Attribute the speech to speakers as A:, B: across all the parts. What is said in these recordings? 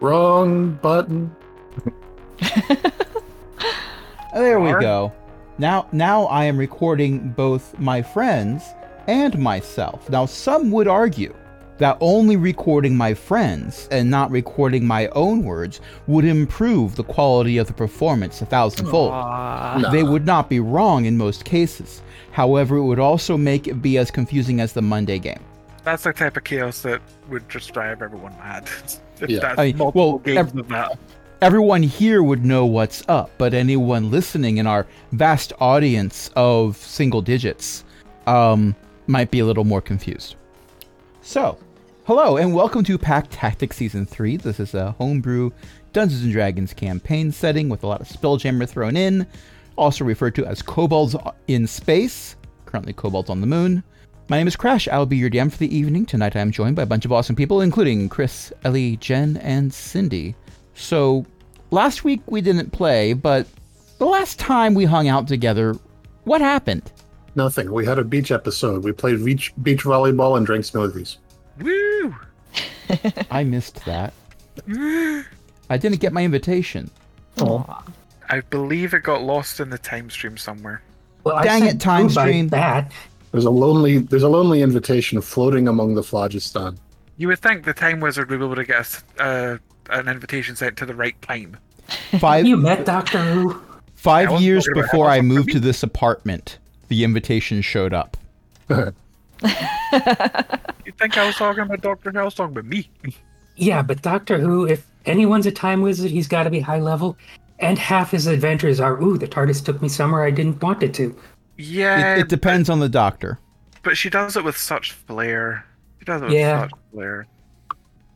A: Wrong button.
B: There we
C: Are?
B: go. Now now I am recording both my friends and myself. Now some would argue that only recording my friends and not recording my own words would improve the quality of the performance a thousandfold.
C: Aw.
B: They would not be wrong in most cases. However, it would also make it be as confusing as the Monday game.
C: That's the type of chaos that would just drive everyone mad. If
A: Yeah.
C: that's
B: I mean,
C: multiple
B: well,
C: games
B: ev-
C: of that.
B: Everyone here would know what's up, but anyone listening in our vast audience of single digits um, might be a little more confused. So, hello and welcome to Pack Tactics Season 3. This is a homebrew Dungeons and Dragons campaign setting with a lot of Spelljammer thrown in, also referred to as Kobolds in Space, currently Kobolds on the Moon. My name is Crash. I'll be your DM for the evening. Tonight I'm joined by a bunch of awesome people, including Chris, Ellie, Jen, and Cindy. So, last week we didn't play, but the last time we hung out together, what happened?
A: Nothing. We had a beach episode. We played beach, beach volleyball and drank smoothies.
C: Woo!
B: I missed that. I didn't get my invitation.
D: Oh,
C: I believe it got lost in the time stream somewhere.
D: well,
B: Dang it,
D: said
B: time
D: boo by
B: stream.
D: That
A: There's a lonely there's a lonely invitation floating among the phlogiston.
C: You would think the time wizard would be able to get us uh, an invitation sent to the right time.
B: Five
D: you met Doctor Who.
C: I
B: five
C: wasn't
B: years
C: talking about- I
B: before
C: was
B: I
C: talking
B: moved to this apartment, the invitation showed up.
C: You'd think I was talking about Doctor Who, I was talking about me.
D: Yeah, but Doctor Who, if anyone's a time wizard, he's got to be high level. And half his adventures are, ooh, the TARDIS took me somewhere I didn't want it to.
C: Yeah,
B: It, it depends on the doctor
C: but she does it with such flair. She does it with
D: Yeah.
C: such flair.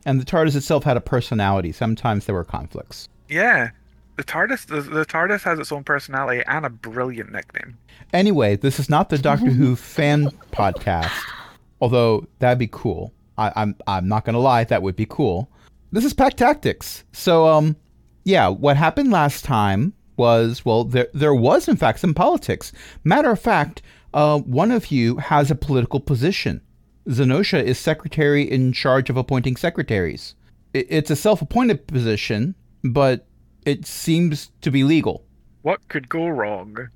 B: and the TARDIS itself had a personality. Sometimes there were conflicts.
C: Yeah, the TARDIS, the, the TARDIS has its own personality and a brilliant nickname.
B: Anyway, this is not the Doctor Who fan podcast, although that'd be cool. I, I'm I'm not gonna lie, that would be cool. This is Pack Tactics. So um, yeah, what happened last time was well, there there was in fact some politics. Matter of fact, uh, one of you has a political position. Zenosha is secretary in charge of appointing secretaries. I- It's a self-appointed position, but it seems to be legal.
C: What could go wrong?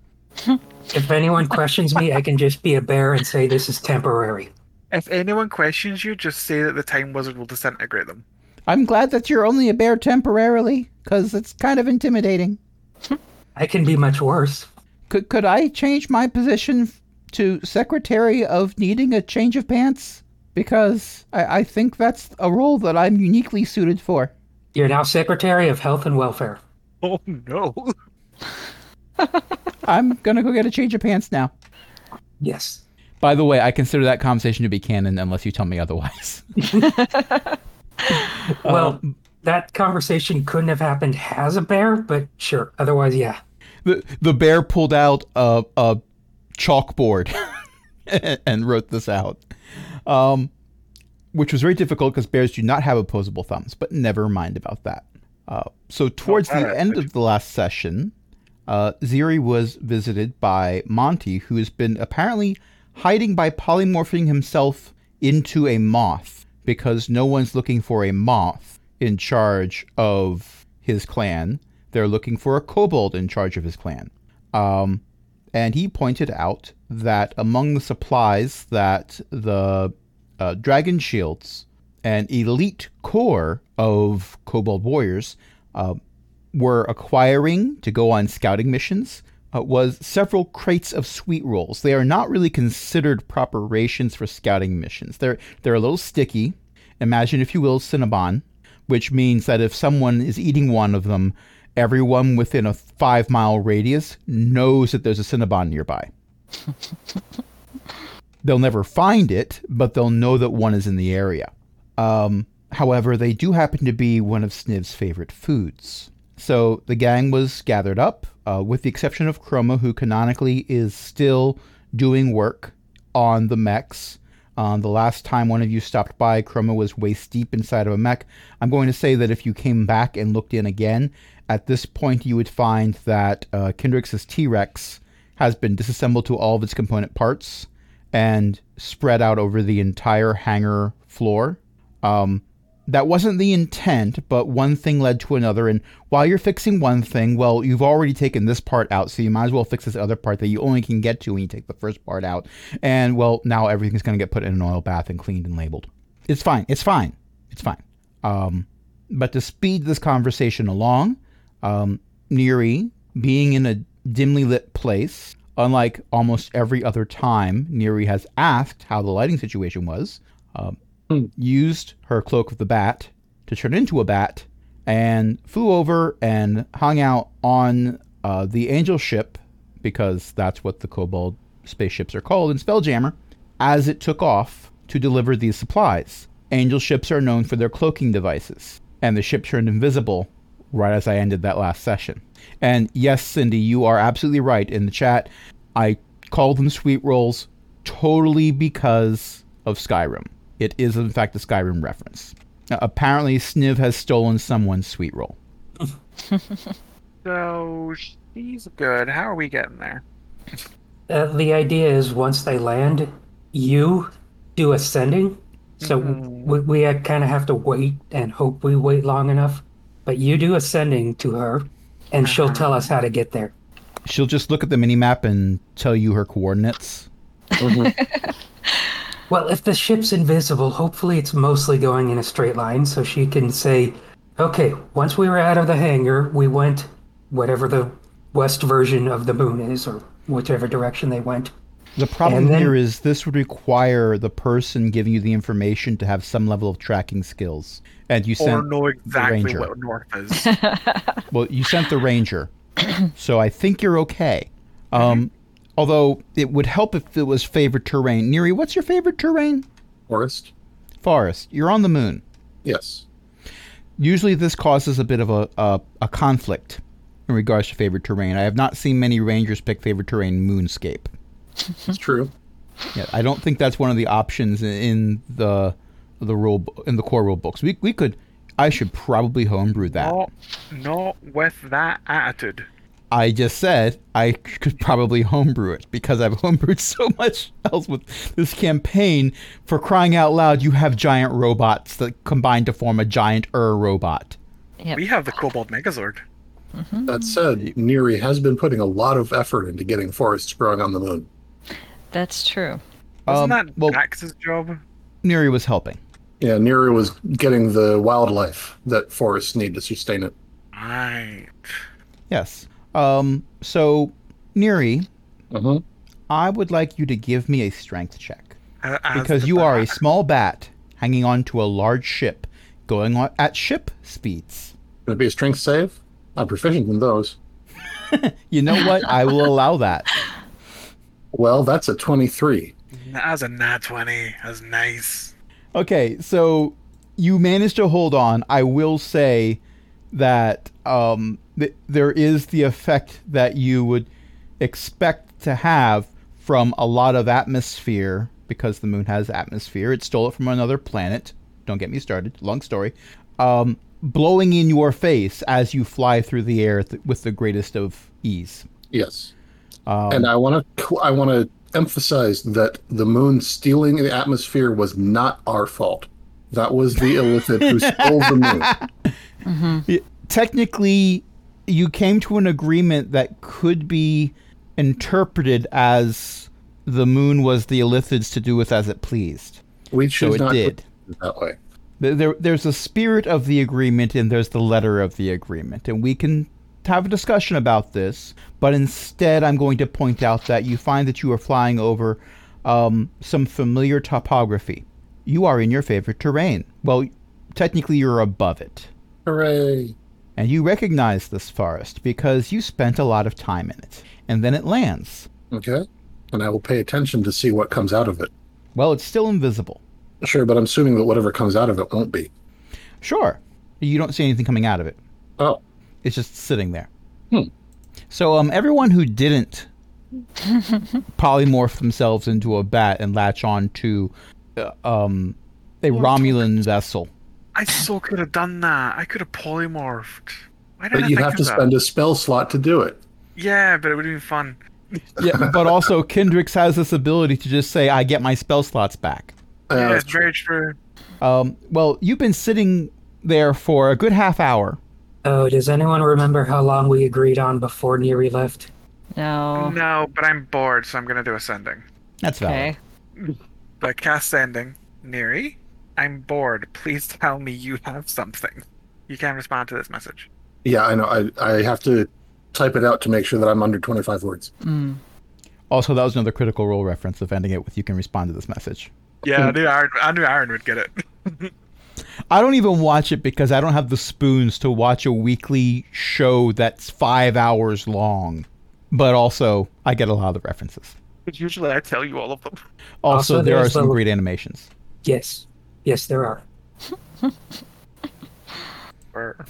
D: If anyone questions me, I can just be a bear and say this is temporary.
C: If anyone questions you, just say that the time wizard will disintegrate them.
B: I'm glad that you're only a bear temporarily, because it's kind of intimidating.
D: I can be much worse.
B: Could could I change my position f- to secretary of needing a change of pants? Because I, I think that's a role that I'm uniquely suited for.
D: You're now Secretary of Health and Welfare.
C: Oh no!
B: I'm gonna go get a change of pants now.
D: Yes.
B: By the way, I consider that conversation to be canon unless you tell me otherwise.
D: Well, that conversation couldn't have happened as a bear, but sure. Otherwise, yeah.
B: the the bear pulled out a, a chalkboard and wrote this out, um, which was very difficult because bears do not have opposable thumbs. But never mind about that. Uh, so towards
C: all
B: the
C: right.
B: end of the last session, uh, Ziri was visited by Monty, who has been apparently hiding by polymorphing himself into a moth because no one's looking for a moth in charge of his clan. They're looking for a kobold in charge of his clan. Um, and he pointed out that among the supplies that the uh, dragon shields, an elite corps of kobold warriors, uh, were acquiring to go on scouting missions uh, was several crates of sweet rolls. They are not really considered proper rations for scouting missions. They're they're a little sticky. Imagine, if you will, Cinnabon, which means that if someone is eating one of them, everyone within a five mile radius knows that there's a Cinnabon nearby. they'll never find it, but they'll know that one is in the area. Um, however, they do happen to be one of Sniv's favorite foods. So the gang was gathered up, uh, with the exception of Chroma, who canonically is still doing work on the mechs. Um, the last time one of you stopped by, Chroma was waist deep inside of a mech. I'm going to say that if you came back and looked in again, at this point you would find that uh, Kendrix's T Rex has been disassembled to all of its component parts and spread out over the entire hangar floor. Um, that wasn't the intent, but one thing led to another. And while you're fixing one thing, well, you've already taken this part out, so you might as well fix this other part that you only can get to when you take the first part out. And well, now everything's going to get put in an oil bath and cleaned and labeled. It's fine. It's fine. It's fine. Um, but to speed this conversation along, um, Neri, being in a dimly lit place, unlike almost every other time Neri has asked how the lighting situation was, um, used her cloak of the bat to turn into a bat and flew over and hung out on uh, the angel ship because that's what the kobold spaceships are called in Spelljammer as it took off to deliver these supplies. Angel ships are known for their cloaking devices, and the ship turned invisible right as I ended that last session. And yes, Cindy, you are absolutely right in the chat. I call them sweet rolls totally because of Skyrim. It is, in fact, a Skyrim reference. Uh, apparently, Sniv has stolen someone's sweet roll.
C: So she's good. How are we getting there?
D: Uh, the idea is once they land, you do ascending. So we, we kind of have to wait and hope we wait long enough. But you do ascending to her, and she'll tell us how to get there.
B: She'll just look at the minimap and tell you her coordinates.
D: Well, if the ship's invisible, hopefully it's mostly going in a straight line, so she can say, okay, once we were out of the hangar, we went whatever the west version of the moon is, or whichever direction they went.
B: The problem
D: And then-
B: here is this would require the person giving you the information to have some level of tracking skills. And you
C: Or
B: sent
C: know exactly
B: ranger.
C: what north is.
B: well, you sent the ranger, so I think you're okay. Um, although it would help if it was favorite terrain. Neri, what's your favorite terrain?
A: Forest?
B: Forest. You're on the moon.
A: Yes.
B: Usually, this causes a bit of a, a, a conflict in regards to favorite terrain. I have not seen many rangers pick favorite terrain moonscape.
A: It's true.
B: Yeah, I don't think that's one of the options in, in the the rule bo- in the core rule books. We we could. I should probably homebrew that.
C: Not, not with that attitude.
B: I just said I could probably homebrew it because I've homebrewed so much else with this campaign. For crying out loud, you have giant robots that combine to form a giant Ur robot.
E: Yep.
C: We have the Cobalt Megazord.
A: That said, Neri has been putting a lot of effort into getting forests growing on the moon.
E: That's true.
B: Um,
C: Isn't that
B: well,
C: Dax's job?
B: Neri was helping.
A: Yeah, Neri was getting the wildlife that forests need to sustain it.
C: Right.
B: Yes. Um, so, Neri,
A: Mm-hmm.
B: I would like you to give me a strength check
C: Uh, as
B: because
C: the
B: you are a
C: bat.
B: small bat hanging on to a large ship going on at ship speeds.
A: Would it be a strength save? I'm proficient in those.
B: You know what? I will allow that.
A: Well, that's a 23.
C: As a nat 20. As nice.
B: Okay, so you managed to hold on. I will say that um, th- there is the effect that you would expect to have from a lot of atmosphere because the moon has atmosphere. It stole it from another planet. Don't get me started. Long story. Um, blowing in your face as you fly through the air th- with the greatest of ease.
A: Yes.
B: Um,
A: and I want to I want to emphasize that the moon stealing the atmosphere was not our fault. That was the illithid who stole the moon.
B: technically you came to an agreement that could be interpreted as the moon was the Elithids to do with as it pleased.
A: We choose
B: it
A: not
B: did.
A: to do it that way.
B: There, there- there's the spirit of the agreement and there's the letter of the agreement, and we can have a discussion about this. But instead, I'm going to point out that you find that you are flying over um, some familiar topography. You are in your favorite terrain. Well, technically, you're above it.
A: Hooray!
B: And you recognize this forest because you spent a lot of time in it. And then it lands.
A: Okay. And I will pay attention to see what comes out of it.
B: Well, it's still invisible.
A: Sure, but I'm assuming that whatever comes out of it won't be.
B: Sure. You don't see anything coming out of it.
A: Oh,
B: It's just sitting there.
A: Hmm.
B: So um everyone who didn't polymorph themselves into a bat and latch on to uh, um a Romulan vessel.
C: I so could have done that. I could have polymorphed. Why didn't I
A: but you'd
C: think
A: have
C: of
A: to
C: that?
A: spend a spell slot to do it.
C: Yeah, but it would have been fun.
B: Yeah, but also Kendrix has this ability to just say I get my spell slots back.
A: Uh,
C: yeah, it's very true.
B: Um, well, you've been sitting there for a good half hour.
D: Oh, does anyone remember how long we agreed on before Neri left?
E: No.
C: No, but I'm bored, so I'm gonna do ascending.
B: That's valid.
E: Okay.
C: But cast sending. Neri, I'm bored. Please tell me you have something. You can respond to this message.
A: Yeah, I know. I, I have to type it out to make sure that I'm under 25 words.
B: Also, that was another critical role reference of ending it with you can respond to this message.
C: Yeah, I knew Aaron, I knew Aaron would get it.
B: I don't even watch it because I don't have the spoons to watch a weekly show that's five hours long. But also, I get a lot of the references.
C: But usually I tell you all of them.
B: Also,
D: Also,
B: there are
D: there's
B: some
D: the-
B: great animations.
D: Yes. Yes, there are.
C: Or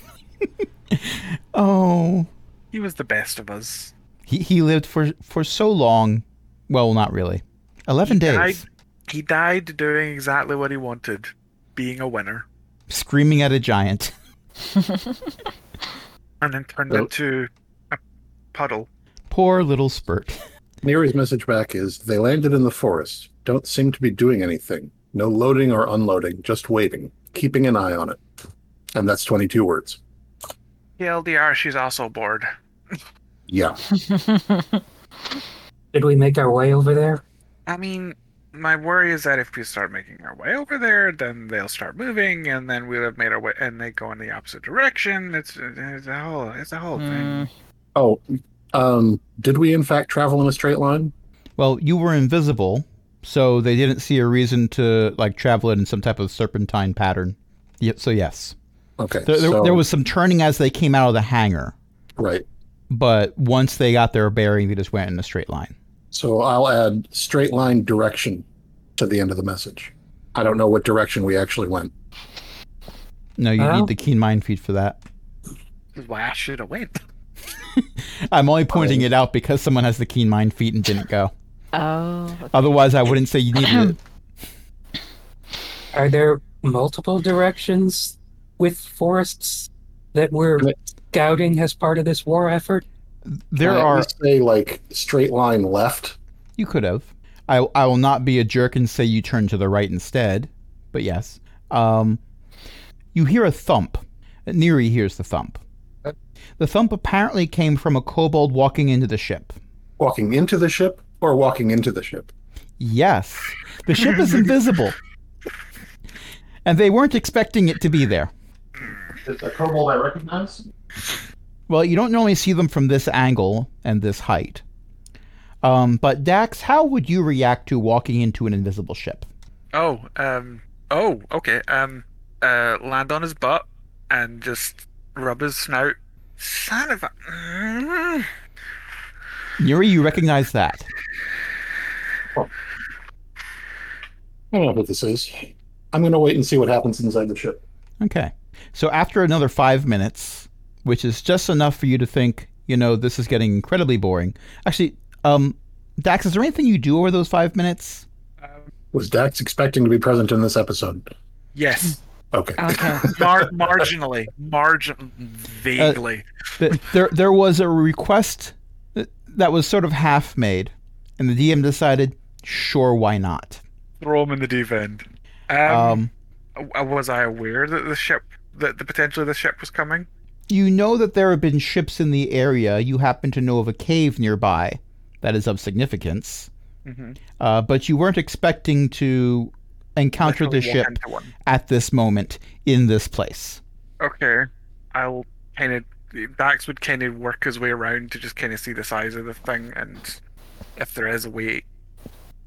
B: Oh,
C: he was the best of us.
B: he he lived for for so long. Well, not really. Eleven days,
C: died- he died doing exactly what he wanted, being a winner,
B: screaming at a giant.
C: and then turned
A: Oh.
C: into a puddle.
B: Poor little spurt.
A: Neri's message back is they landed in the forest. Don't seem to be doing anything. No loading or unloading, just waiting, keeping an eye on it. And that's 22 words.
C: TLDR, she's also bored.
A: Yeah.
D: Did we make our way over there?
C: I mean, my worry is that if we start making our way over there, then they'll start moving, and then we'll have made our way, and they go in the opposite direction. It's it's a whole it's a whole
E: Mm.
C: thing.
A: Oh, um, did we in fact travel in a straight line?
B: Well, you were invisible, so they didn't see a reason to like travel it in some type of serpentine pattern. Yeah, so yes,
A: Okay.
B: there, there,
A: so-
B: there was some turning as they came out of the hangar,
A: Right.
B: but once they got their bearing, they just went in a straight line.
A: So I'll add straight line direction to the end of the message. I don't know what direction we actually went.
B: No, you
D: Well-
B: need the keen mind feed for that.
C: Why I should have went.
B: I'm
A: Oh.
B: only pointing it out because someone has the keen mind feed and didn't go.
E: Oh.
B: Otherwise, I wouldn't say you needed it.
D: Are there multiple directions with forests that we're
A: Right.
D: scouting as part of this war effort?
B: There
A: Can I at
B: are.
A: least say like straight line left.
B: You could have. I, I will not be a jerk and say you turn to the right instead, but yes. Um, you hear a thump. Neri hears the thump. The thump apparently came from a kobold walking into the ship.
A: walking into the ship or walking into the ship.
B: Yes, the ship is invisible. And they weren't expecting it to be there.
A: Is a kobold I recognize?
B: Well, you don't normally see them from this angle and this height. Um, but Dax, how would you react to walking into an invisible ship?
C: Oh, um, oh, okay. Um, uh, land on his butt and just rub his snout. Son of a. Mm.
B: Neri, you recognize that.
A: I don't know what this is. I'm going to wait and see what happens inside the ship.
B: Okay. So after another five minutes, which is just enough for you to think, you know, this is getting incredibly boring. Actually, um, Dax, is there anything you do over those five minutes?
A: Was Dax expecting to be present in this episode?
C: Yes,
A: Okay.
E: Okay.
C: Mar- marginally, margin, vaguely.
B: Th- there, there was a request th- that was sort of half made, and the DM decided, sure, why not?
C: Throw him in the deep end. um
B: Um,
C: Uh, was I aware that the ship, that the potential of the ship was coming?
B: you know that there have been ships in the area. You happen to know of a cave nearby that is of significance,
C: Mm-hmm.
B: uh, but you weren't expecting to encounter the ship
C: One.
B: at this moment in this place.
C: Okay, I'll kind of Dax would kind of work his way around to just kind of see the size of the thing, and if there is a way,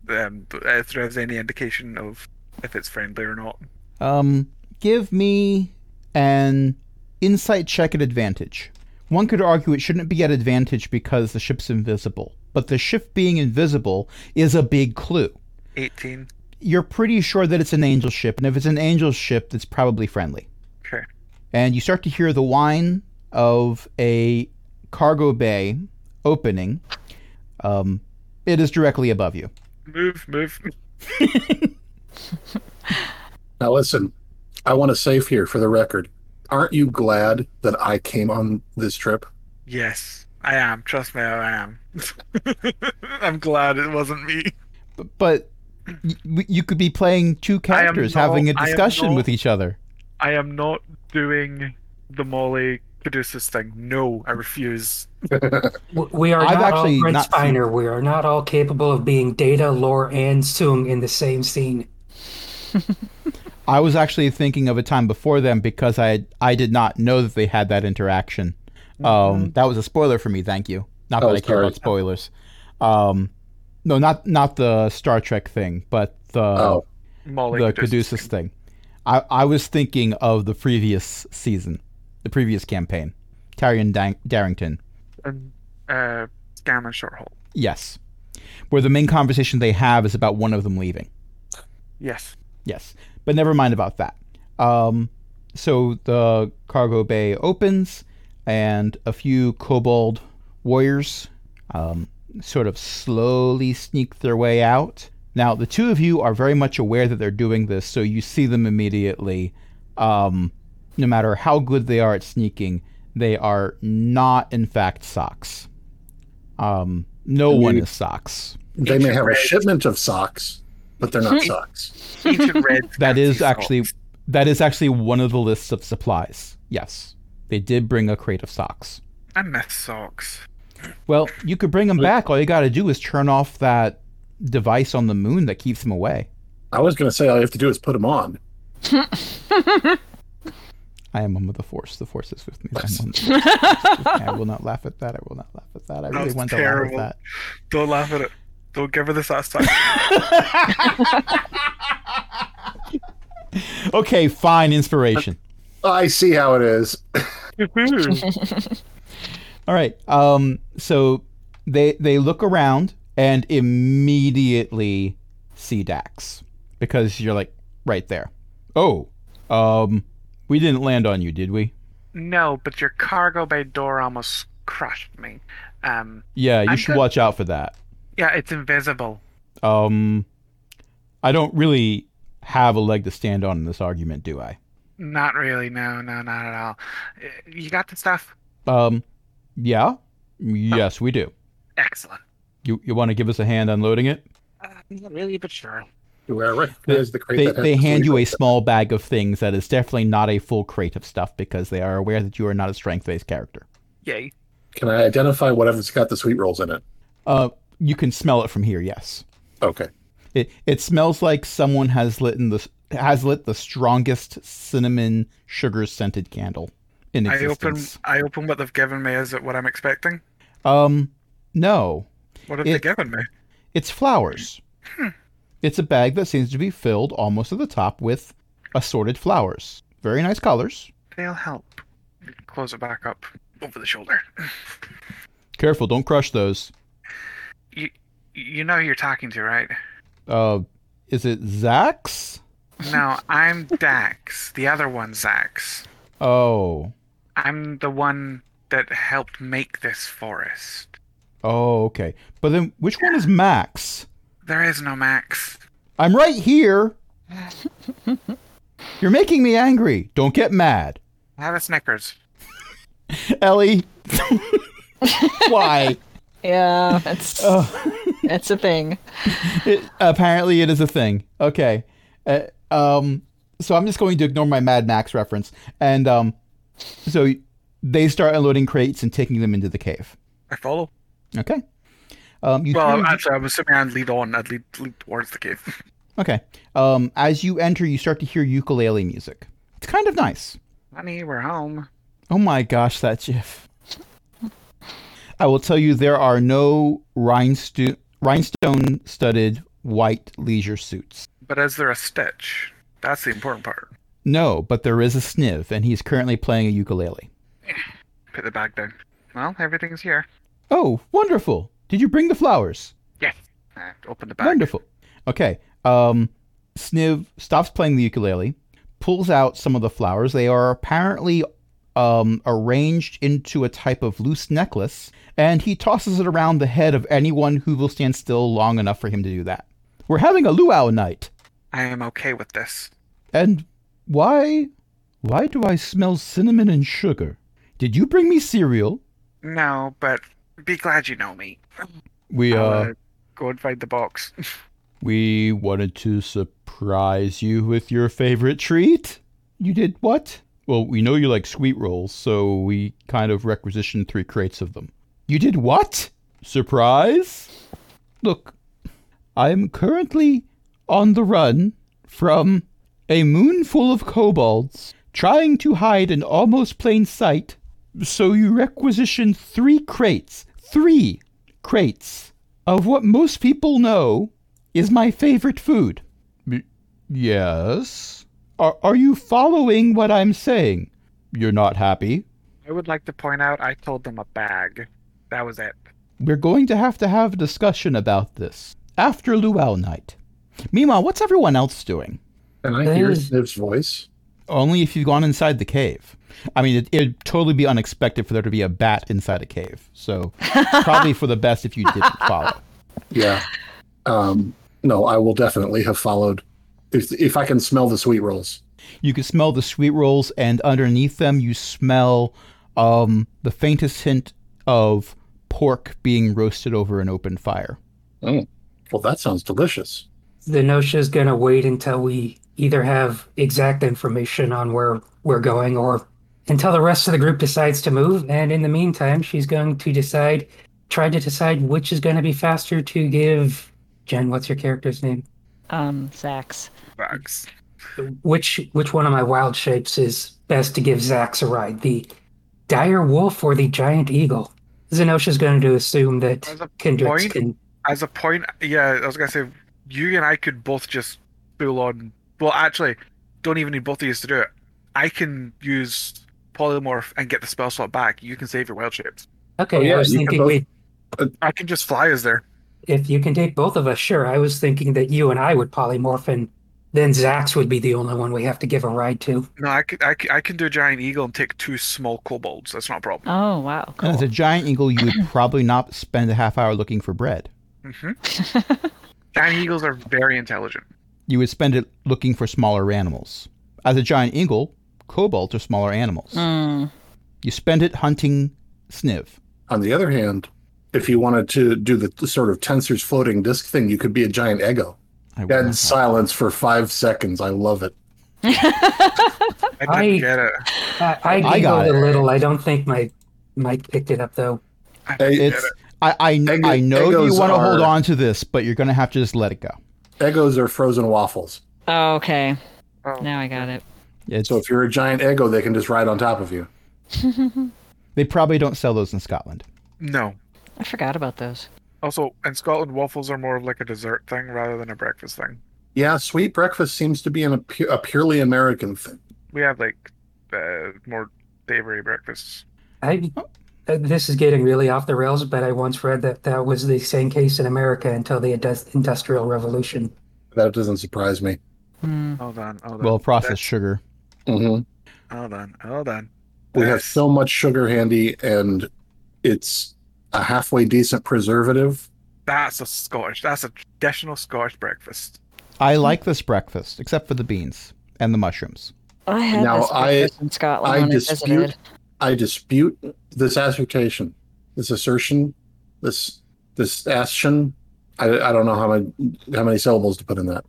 C: um, if there is any indication of if it's friendly or not.
B: Um, give me an insight check at advantage. One could argue it shouldn't be at advantage because the ship's invisible, but the ship being invisible is a big clue.
C: Eighteen.
B: You're pretty sure that it's an angel ship, and if it's an angel ship, that's probably friendly.
C: Okay.
B: And you start to hear the whine of a cargo bay opening. Um, it is directly above you.
C: Move, move.
A: Now listen, I want to save here for the record. Aren't you glad that I came on this trip?
C: Yes, I am. Trust me, I am. I'm glad it wasn't me.
B: B- but you, you could be playing two
C: am
B: characters
C: not-
B: having a
C: I am
B: discussion
C: not-
B: with each other.
C: I am not doing the Molly Caduceus thing. No, I refuse.
D: W- We are
B: I've
D: not all
B: actually
D: Brent
B: not seen-
D: Spiner. We are not all capable of being Data, Lore, and Sung in the same scene.
B: I was actually thinking of a time before them because I I did not know that they had that interaction.
C: Mm-hmm.
B: Um, that was a spoiler for me. Thank you. Not
A: Oh,
B: that I care
A: sorry.
B: about spoilers. Um, no, not not the Star Trek thing, but the
A: oh,
C: Molly
B: the
C: Caduceus.
B: Caduceus thing. I, I was thinking of the previous season, the previous campaign, Tyrion Dang- Darrington.
C: and uh, Scam and Short Hall.
B: Yes, where the main conversation they have is about one of them leaving.
C: Yes.
B: Yes, but never mind about that. Um, so the cargo bay opens, and a few kobold warriors um, sort of slowly sneak their way out. Now, the two of you are very much aware that they're doing this, so you see them immediately. Um, no matter how good they are at sneaking, they are not, in fact, socks. Um, no one is socks.
A: they may have a shipment of socks, but they're not socks.
C: Ancient Red.
B: That
C: fancy
B: is
C: salt.
B: actually that is actually one of the lists of supplies. Yes, they did bring a crate of socks.
C: I miss socks.
B: Well, you could bring them back. All you got to do is turn off that device on the moon that keeps them away.
A: I was going to say all you have to do is put them on.
B: I am one with the force. The force is with me. I, am
A: Yes.
B: one with the force. The force is with me. I will not laugh at that. I will not laugh at that. I really
C: was
B: want to
C: terrible.
B: laugh
C: Don't laugh at it. Don't give her the satisfaction.
B: at that. Okay, fine. Inspiration.
A: I see how it is.
C: Woohoo.
B: All right. Um, so they they look around and immediately see Dax because you're like right there. Oh, um, we didn't land on you, did we?
C: no, but your cargo bay door almost crushed me. Um,
B: Yeah, you
C: I'm
B: should
C: good.
B: watch out for that.
C: yeah, it's invisible.
B: Um, I don't really have a leg to stand on in this argument, do I?
C: Not really. No, no, not at all. Uh, You got the stuff.
B: Um, yeah, yes, we do.
C: Excellent.
B: You you want to give us a hand unloading it?
C: Uh, not really, but sure.
A: Where I recognize the crate
B: they,
A: that has
B: they
A: the
B: hand you a
A: sleeve.
B: small bag of things that is definitely not a full crate of stuff because they are aware that you are not a strength based character.
C: Yay.
A: Can I identify whatever's got the sweet rolls in it?
B: Uh, you can smell it from here. Yes,
A: Okay.
B: it it smells like someone has lit in the has lit the strongest cinnamon sugar scented candle in
C: I open.
B: existence.
C: I open what they've given me. Is it what I'm expecting?
B: Um, no,
C: What have
B: It-
C: they given me?
B: it's flowers.
C: Hmm.
B: It's a bag that seems to be filled almost at the top with assorted flowers. Very nice colors.
C: They'll help. Close it back up over the shoulder.
B: Careful, don't crush those.
C: You, you know who you're talking to, right?
B: Uh, is it Zax?
C: No, I'm Dax. The other one, Zax.
B: Oh.
C: I'm the one that helped make this forest.
B: Oh, okay. But then which one is Max?
C: There is no Max.
B: I'm right here. You're making me angry. Don't get mad.
C: Have a Snickers.
B: Ellie. Why?
E: Yeah, it's
B: Ugh.
E: it's a thing.
B: It- apparently it is a thing. Okay. Uh, um so I'm just going to ignore my Mad Max reference and um so they start unloading crates and taking them into the cave.
C: I follow.
B: Okay. Um, you
C: Well,
B: turn-
C: actually, I'm assuming I'd lead on. I'd lead, lead towards the cave.
B: okay. Um, as you enter, you start to hear ukulele music. It's kind of nice.
C: Honey, we're home.
B: Oh my gosh, that GIF. I will tell you, there are no rhinestone, rhinestone studded white leisure suits.
C: But is there a Stitch? That's the important part.
B: No, but there is a sniv, and he's currently playing a ukulele.
C: Put the bag down. Well, everything's here.
B: Oh, wonderful. Did you bring the flowers?
C: Yes. Uh, open the bag.
B: Wonderful. Okay. Um, Sniv stops playing the ukulele, pulls out some of the flowers. They are apparently um, arranged into a type of loose necklace, and he tosses it around the head of anyone who will stand still long enough for him to do that. We're having a luau night,
C: I am okay with this.
B: and why, why do I smell cinnamon and sugar? Did you bring me cereal?
C: No, but be glad you know me.
B: We
C: I'll,
B: uh,
C: uh, go and find the box.
B: We wanted to surprise you with your favorite treat. You did what? Well, we know you like sweet rolls, so we kind of requisitioned three crates of them. You did what? Surprise? Look, I'm currently on the run from a moon full of kobolds trying to hide in almost plain sight. So you requisitioned three crates, three crates of what most people know is my favorite food. yes. Are, are you following what I'm saying? You're not happy.
C: I would like to point out I told them a bag. That was it.
B: We're going to have to have a discussion about this after Luau night. Meanwhile, what's everyone else doing?
A: And I hear
D: Hey.
A: Sniv's voice.
B: Only if you've gone inside the cave. I mean, it, it'd totally be unexpected for there to be a bat inside a cave. So, probably for the best if you didn't follow.
A: Yeah. Um, no, I will definitely have followed if if I can smell the sweet rolls.
B: You can smell the sweet rolls, and underneath them, you smell um, the faintest hint of pork being roasted over an open fire.
A: Well, that sounds delicious.
D: The Nosha's gonna wait until we either have exact information on where we're going or until the rest of the group decides to move. And in the meantime, she's going to decide, try to decide which is gonna be faster to give. Jen, what's your character's name?
E: Um, Zax.
C: Bags.
D: Which which one of my wild shapes is best to give Zax a ride? The dire wolf or the giant eagle? Zenosha's going to assume that
C: As a
D: Kendrix
C: point-
D: can.
C: As a point, yeah, I was gonna say you and I could both just pull on. Well, actually, don't even need both of you to do it. I can use polymorph and get the spell slot back. You can save your wild shapes.
D: Okay,
A: Oh, yeah,
D: I was
A: you can
D: thinking
A: both-
D: we
C: I can just fly as there.
D: If you can take both of us, sure. I was thinking that you and I would polymorph, and then Zax would be the only one we have to give a ride to.
C: No, I can, I, can, I can do a giant eagle and take two small kobolds. That's not a problem.
E: Oh wow,
B: And
E: cool.
B: as a giant eagle, you would probably not spend a half hour looking for bread.
C: hmm giant eagles are very intelligent.
B: You would spend it looking for smaller animals. As a giant eagle, kobolds are smaller animals.
E: Mm.
B: You spend it hunting sniv.
A: On the other hand, if you wanted to do the, the sort of tensors floating disk thing, you could be a giant ego.
B: I will
A: Dead
B: not-
A: silence for five seconds. I love it.
C: I didn't
D: I-
C: get it.
D: I, I
B: I
D: giggled
B: got
D: a
B: it.
D: little. I don't think my Mike picked it up though.
C: I
A: Hey,
C: didn't
B: It's I I,
A: Ego-
B: I know you
A: egos
B: want to hold
A: are-
B: on to this, but you're gonna have to just let it go.
A: Egos are frozen waffles.
E: Oh, okay,
C: Oh.
E: now I got it.
B: It's,
A: So if you're a giant ego, they can just ride on top of you.
B: they probably don't sell those in Scotland.
C: No.
E: I forgot about those.
C: Also, in Scotland, waffles are more of like a dessert thing rather than a breakfast thing.
A: Yeah, sweet breakfast seems to be an, a, pu- a purely American thing.
C: We have like uh, more savory breakfasts.
D: I uh, this is getting really off the rails, but I once read that that was the same case in America until the indus- Industrial Revolution.
A: That doesn't surprise me.
E: Mm.
C: Hold on, hold on.
B: Well, processed sugar.
A: hmm
C: Hold on, hold on.
A: We have
C: That's-
A: so much sugar handy, and it's a halfway decent preservative.
C: That's a Scottish. That's a traditional Scottish breakfast.
B: I like this breakfast, except for the beans and the mushrooms.
E: I had
A: Now,
E: this
A: I-
E: breakfast in Scotland
A: I
E: when I
A: dispute
E: visited.
A: I dispute this assertion, this assertion, this this assertion. I, I don't know how many how many syllables to put in that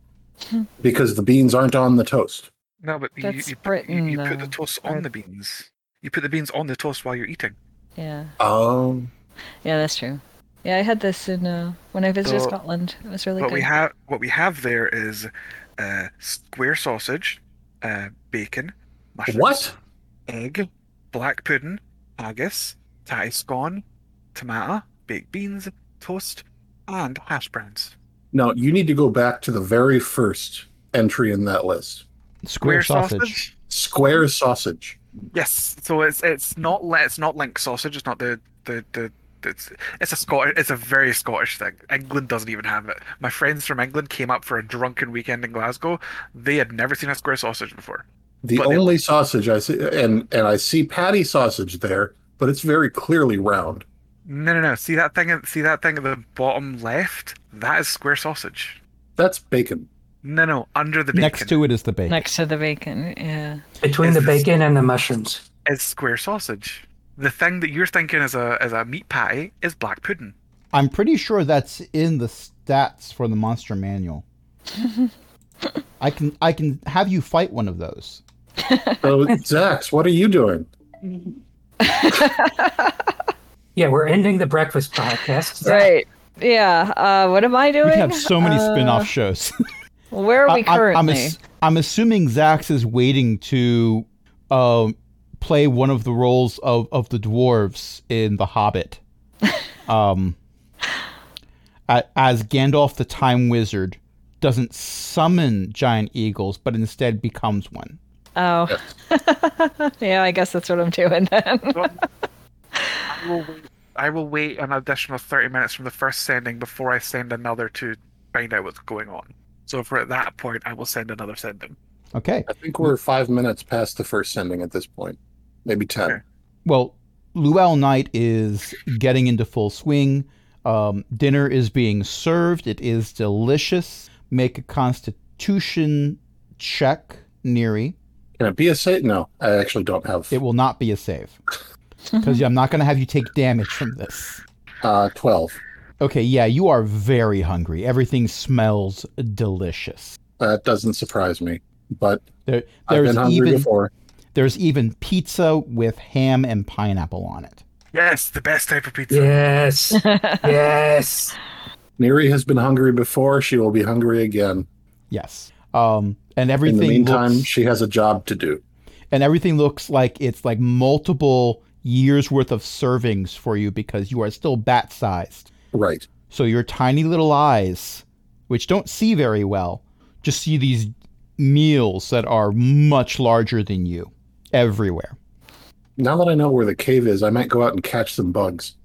A: because the beans aren't on the toast.
C: No, but you, you,
E: That's
C: you-
E: Britain,
C: you put the
E: though.
C: toast on the beans. You put the beans on the toast while you're eating.
E: Yeah,
A: Oh,
E: yeah, that's true. Yeah, I had this in uh, when I visited
C: So-
E: Scotland. It was really
C: what
E: good.
C: we have, what we have there is uh, square sausage, uh, bacon, mushrooms,
A: what?
C: egg, black pudding, haggis, tatty scone, tomato, baked beans, toast, and hash browns.
A: No, you need to go back to the very first entry in that list.
B: Square, sausage.
A: Square sausage.
C: Yes. So it's it's not li- it's not link sausage. It's not the the the. It's, it's a Scottish. It's a very Scottish thing. England doesn't even have it. My friends from England came up for a drunken weekend in Glasgow. They had never seen a square sausage before.
A: The
C: But it-
A: only sausage I see, and and I see patty sausage there, but it's very clearly round.
C: No, no, no. See that thing? at- See that thing at the bottom left? That is square sausage.
A: That's bacon.
C: No, no. Under the bacon
B: Next to it is the bacon.
E: Next to the bacon, yeah.
D: Between
C: Is
D: the
C: this-
D: bacon and the mushrooms.
C: is square sausage. The thing that you're thinking is a as a meat patty is black pudding.
B: I'm pretty sure that's in the stats for the monster manual. I can I can have you fight one of those.
A: So, Zax, what are you doing?
D: Yeah, we're ending the breakfast podcast.
E: Right. Yeah. Uh, what am I doing?
B: We have so many
E: Uh,
B: spin-off shows.
E: Where are we
B: I-
E: currently?
B: I'm, ass- I'm assuming Zax is waiting to um, play one of the roles of, of the dwarves in The Hobbit, um, a- as Gandalf the Time Wizard doesn't summon giant eagles, but instead becomes one.
E: Oh. yeah, I guess that's what I'm doing then.
C: I will wait, I will wait an additional 30 minutes from the first sending before I send another to find out what's going on. So if we're at that point, I will send another sending.
B: Okay.
A: I think we're five minutes past the first sending at this point, maybe ten.
C: Okay.
B: Well, Luau Night is getting into full swing. Um, dinner is being served. It is delicious. Make a constitution check, Neri.
A: Can it be a save? No, I actually don't have
B: It will not be a save because I'm not going to have you take damage from this.
A: uh, twelve.
B: Okay, yeah, you are very hungry. Everything smells delicious.
A: That doesn't surprise me, but
B: There,
A: I've
B: there's
A: been hungry
B: even
A: before.
B: there's even pizza with ham and pineapple on it.
C: Yes, the best type of pizza.
D: Yes. yes.
A: Neri has been hungry before. She will be hungry again.
B: Yes, um,
A: In
B: and everything.
A: the meantime,
B: looks-
A: she has a job to do.
B: and everything looks like it's like multiple years worth of servings for you because you are still bat sized.
A: Right.
B: So your tiny little eyes, which don't see very well, just see these meals that are much larger than you everywhere.
A: Now that I know where the cave is, I might go out and catch some bugs.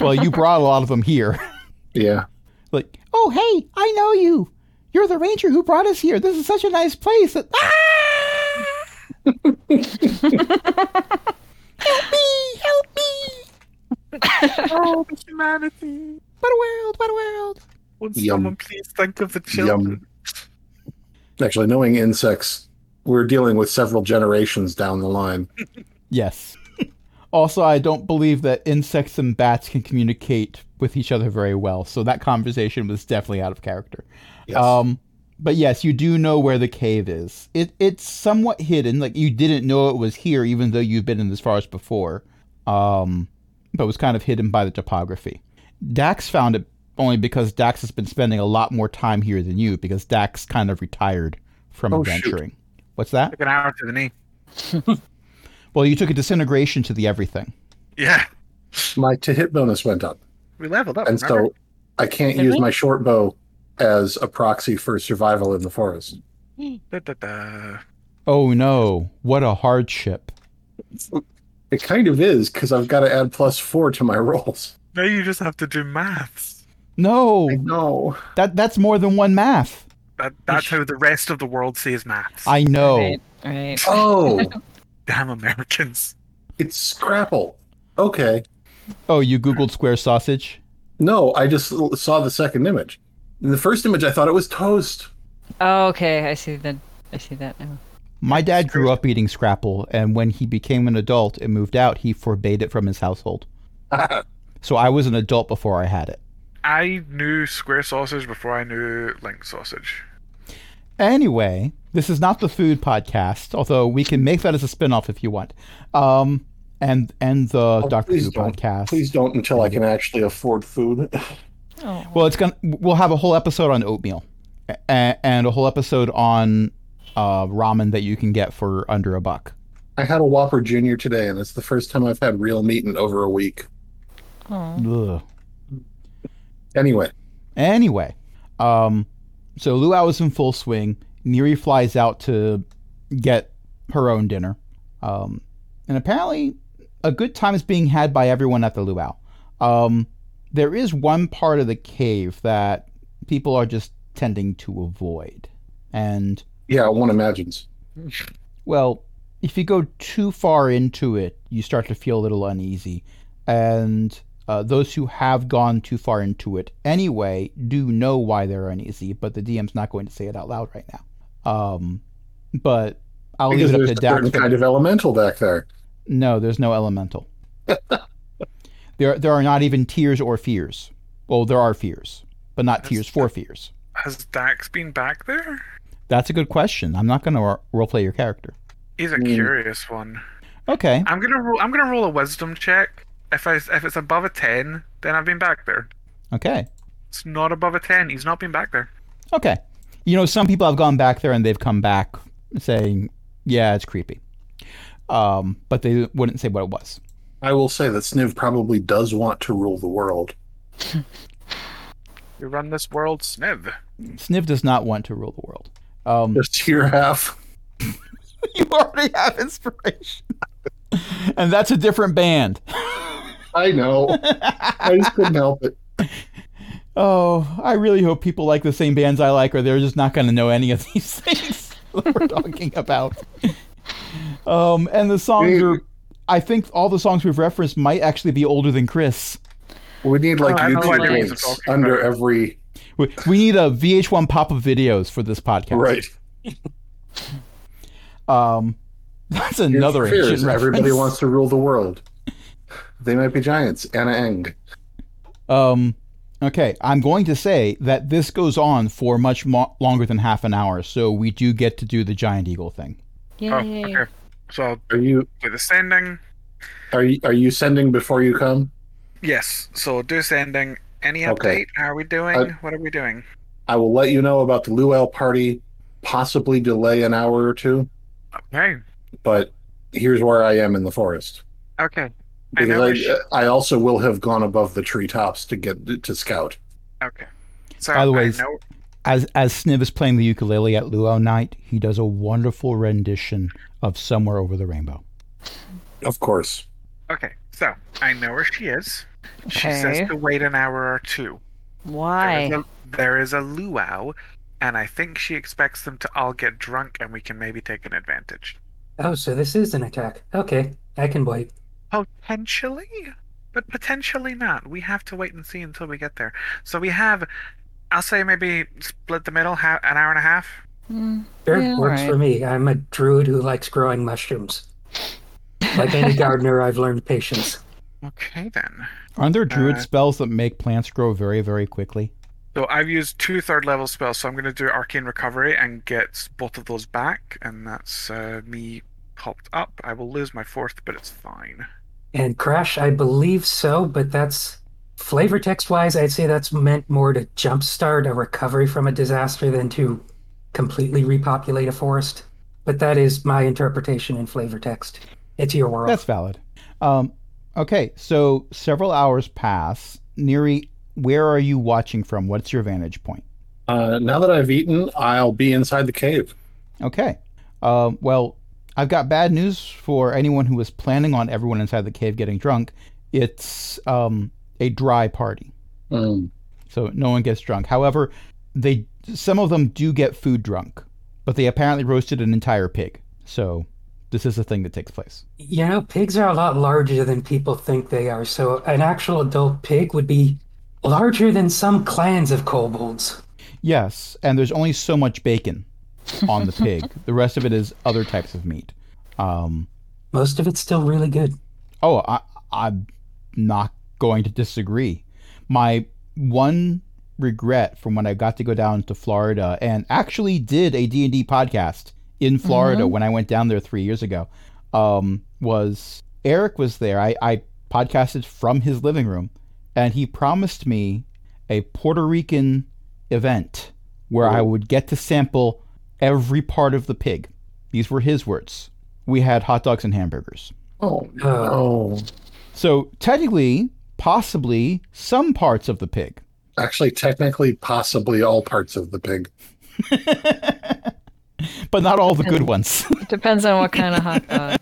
B: well, you brought a lot of them here.
A: Yeah.
B: Like, oh hey, I know you. You're the ranger who brought us here. This is such a nice place. Ah! help me! Help me!
C: Oh, the humanity.
B: What a world! What a world!
C: Would
A: Yum.
C: someone please think of the children?
A: Actually, knowing insects, we're dealing with several generations down the line.
B: Yes. also, I don't believe that insects and bats can communicate with each other very well, so that conversation was definitely out of character.
A: Yes.
B: Um, but yes, you do know where the cave is. It it's somewhat hidden. Like you didn't know it was here, even though you've been in this forest before. Um, but it was kind of hidden by the topography. Dax found it only because Dax has been spending a lot more time here than you, because Dax kind of retired from
A: Oh, shoot.
B: adventuring. What's that?
C: Took an hour to the knee.
B: Well, you took a disintegration to the everything.
C: Yeah,
A: my to hit bonus went up,
C: we leveled up.
A: and
C: remember?
A: so I can't
E: Oh, Did
A: use
E: we?
A: my short bow as a proxy for survival in the forest.
C: Da, da, da.
B: Oh no, what a hardship.
A: It kind of is because I've got to add plus four to my rolls.
C: Now you just have to do maths.
B: No,
A: I know.
B: that that's more than one math.
C: That, that's how the rest of the world sees maths.
B: I know.
E: Right. Right.
A: Oh,
C: Damn Americans.
A: it's Scrapple. Okay.
B: Oh, you googled square sausage?
A: No, I just l- saw the second image. In the first image, I thought it was toast.
E: Oh, okay. I see that. I see that now.
B: My dad grew up eating scrapple and when he became an adult and moved out, he forbade it from his household. So I was an adult before I had it.
C: I knew square sausage before I knew link sausage.
B: Anyway, this is not the food podcast, although we can make that as a spin-off if you want. Um and and the Doctor
A: Oh, please
B: Who
A: don't.
B: podcast.
A: Please don't until I can actually afford food.
E: Oh.
B: Well, it's gonna. We'll have a whole episode on oatmeal, and, and a whole episode on uh, ramen that you can get for under a buck.
A: I had a Whopper Junior today, and it's the first time I've had real meat in over a week.
E: oh.
B: Ugh.
A: Anyway,
B: Anyway, um, so Luau is in full swing. Neri flies out to get her own dinner, um, and apparently, a good time is being had by everyone at the Luau. Um, there is one part of the cave that people are just tending to avoid, and
A: yeah, one imagines.
B: Well, if you go too far into it, you start to feel a little uneasy. And uh, those who have gone too far into it anyway do know why they're uneasy, but the DM's not going to say it out loud right now. Um, but I'll
A: because
B: leave it
A: there's
B: up
A: a
B: to Dax.
A: certain
B: for-
A: kind of elemental back there.
B: No, there's no elemental. There, there are not even tears or fears. Well, there are fears, but not
C: That's-
B: tears for fears.
C: Has Dax been back there?
B: That's a good question. I'm not going to ro- roleplay your character.
C: He's a
A: Hmm.
C: curious one.
B: Okay.
C: I'm gonna roll. I'm gonna roll a wisdom check. If I if it's above a ten, then I've been back there.
B: Okay.
C: It's not above a ten. He's not been back there.
B: Okay. You know, some people have gone back there and they've come back saying, yeah, it's creepy. Um, but they wouldn't say what it was.
A: I will say that Sniv probably does want to rule the world.
C: You run this world, Sniv.
B: Sniv does not want to rule the world. Um,
A: Just your half.
B: you already have inspiration. and that's a different band.
A: I know. I just couldn't help it.
B: Oh, I really hope people like the same bands I like, or they're just not going to know any of these things that we're talking about. Um, and the songs are, I think all the songs we've referenced might actually be older than Chris.
A: We need like
C: Oh, I know
A: YouTube
C: what it is.
A: links under every
B: We, we need a VH1 pop of videos for this podcast.
A: right.
B: Um, that's
A: Here's
B: another
A: your fears.
B: ancient reference.
A: Everybody wants to rule the world. They might be giants. Anna Eng.
B: Um, okay, I'm going to say that this goes on for much mo- longer than half an hour, so we do get to do the giant eagle thing.
C: Oh,
E: Yay.
C: okay. So I'll
A: Are you
C: do the sending.
A: are you are you sending before you come?
C: Yes. So do sending. Any update?
A: Okay. Uh,
C: How are we doing?
A: I-
C: what are we doing?
A: I will let you know about the Luau party. Possibly delay an hour or two,
C: Okay.
A: but here's where I am in the forest.
C: Okay. I know we
A: Because
C: should-
A: I, I, also will have gone above the treetops to get to scout.
C: Okay. So
B: By the way,
C: I know,
B: As as Sniv is playing the ukulele at Luau night, he does a wonderful rendition of "Somewhere Over the Rainbow."
A: Of course.
C: okay. So I know where she is. She
E: Okay.
C: says to wait an hour or two. There is,
E: Why?
C: a, there is a luau, and I think she expects them to all get drunk, and we can maybe take an advantage.
D: Oh, so this is an attack. Okay, I can wait.
C: Potentially, but potentially not. We have to wait and see until we get there. So we have, I'll say maybe split the middle, ha- an hour and a half.
E: Mm,
D: Sure,
E: Yeah,
D: works for
E: alright.
D: me. I'm a druid who likes growing mushrooms. Like any gardener, I've learned patience.
C: Okay then.
B: Aren't there druid
C: Uh,
B: spells that make plants grow very very quickly?
C: So I've used two third level spells, so I'm going to do Arcane Recovery and get both of those back, and that's uh, me popped up. I will lose my fourth, but it's fine.
D: And crash, I believe so, but that's flavor text wise, I'd say that's meant more to jumpstart a recovery from a disaster than to completely repopulate a forest. But that is my interpretation in flavor text. It's your world.
B: That's valid. Um, okay, so several hours pass. Neri, where are you watching from? What's your vantage point?
A: Uh, now that I've eaten, I'll be inside the cave.
B: Okay. Um, well, I've got bad news for anyone who was planning on everyone inside the cave getting drunk. It's um, a dry party,
A: Mm.
B: so no one gets drunk. However, they some of them do get food drunk, but they apparently roasted an entire pig. So this is a thing that takes place.
D: You know, pigs are a lot larger than people think they are, so an actual adult pig would be larger than some clans of kobolds.
B: Yes, and there's only so much bacon on the pig. the rest of it is other types of meat. Um,
D: Most of it's still really good.
B: Oh, I, I'm not going to disagree. My one regret from when I got to go down to Florida and actually did a D&D podcast in Florida when I went down there three years ago um, was Eric was there. I, I podcasted from his living room and he promised me a Puerto Rican event where I would get to sample every part of the pig. These were his words. We had hot dogs and hamburgers.
A: Oh,
D: Uh,
A: no.
B: So technically, possibly some parts of the pig.
A: Actually, technically, possibly all parts of the pig.
B: But not all the good ones.
E: Depends on what kind of hot dog.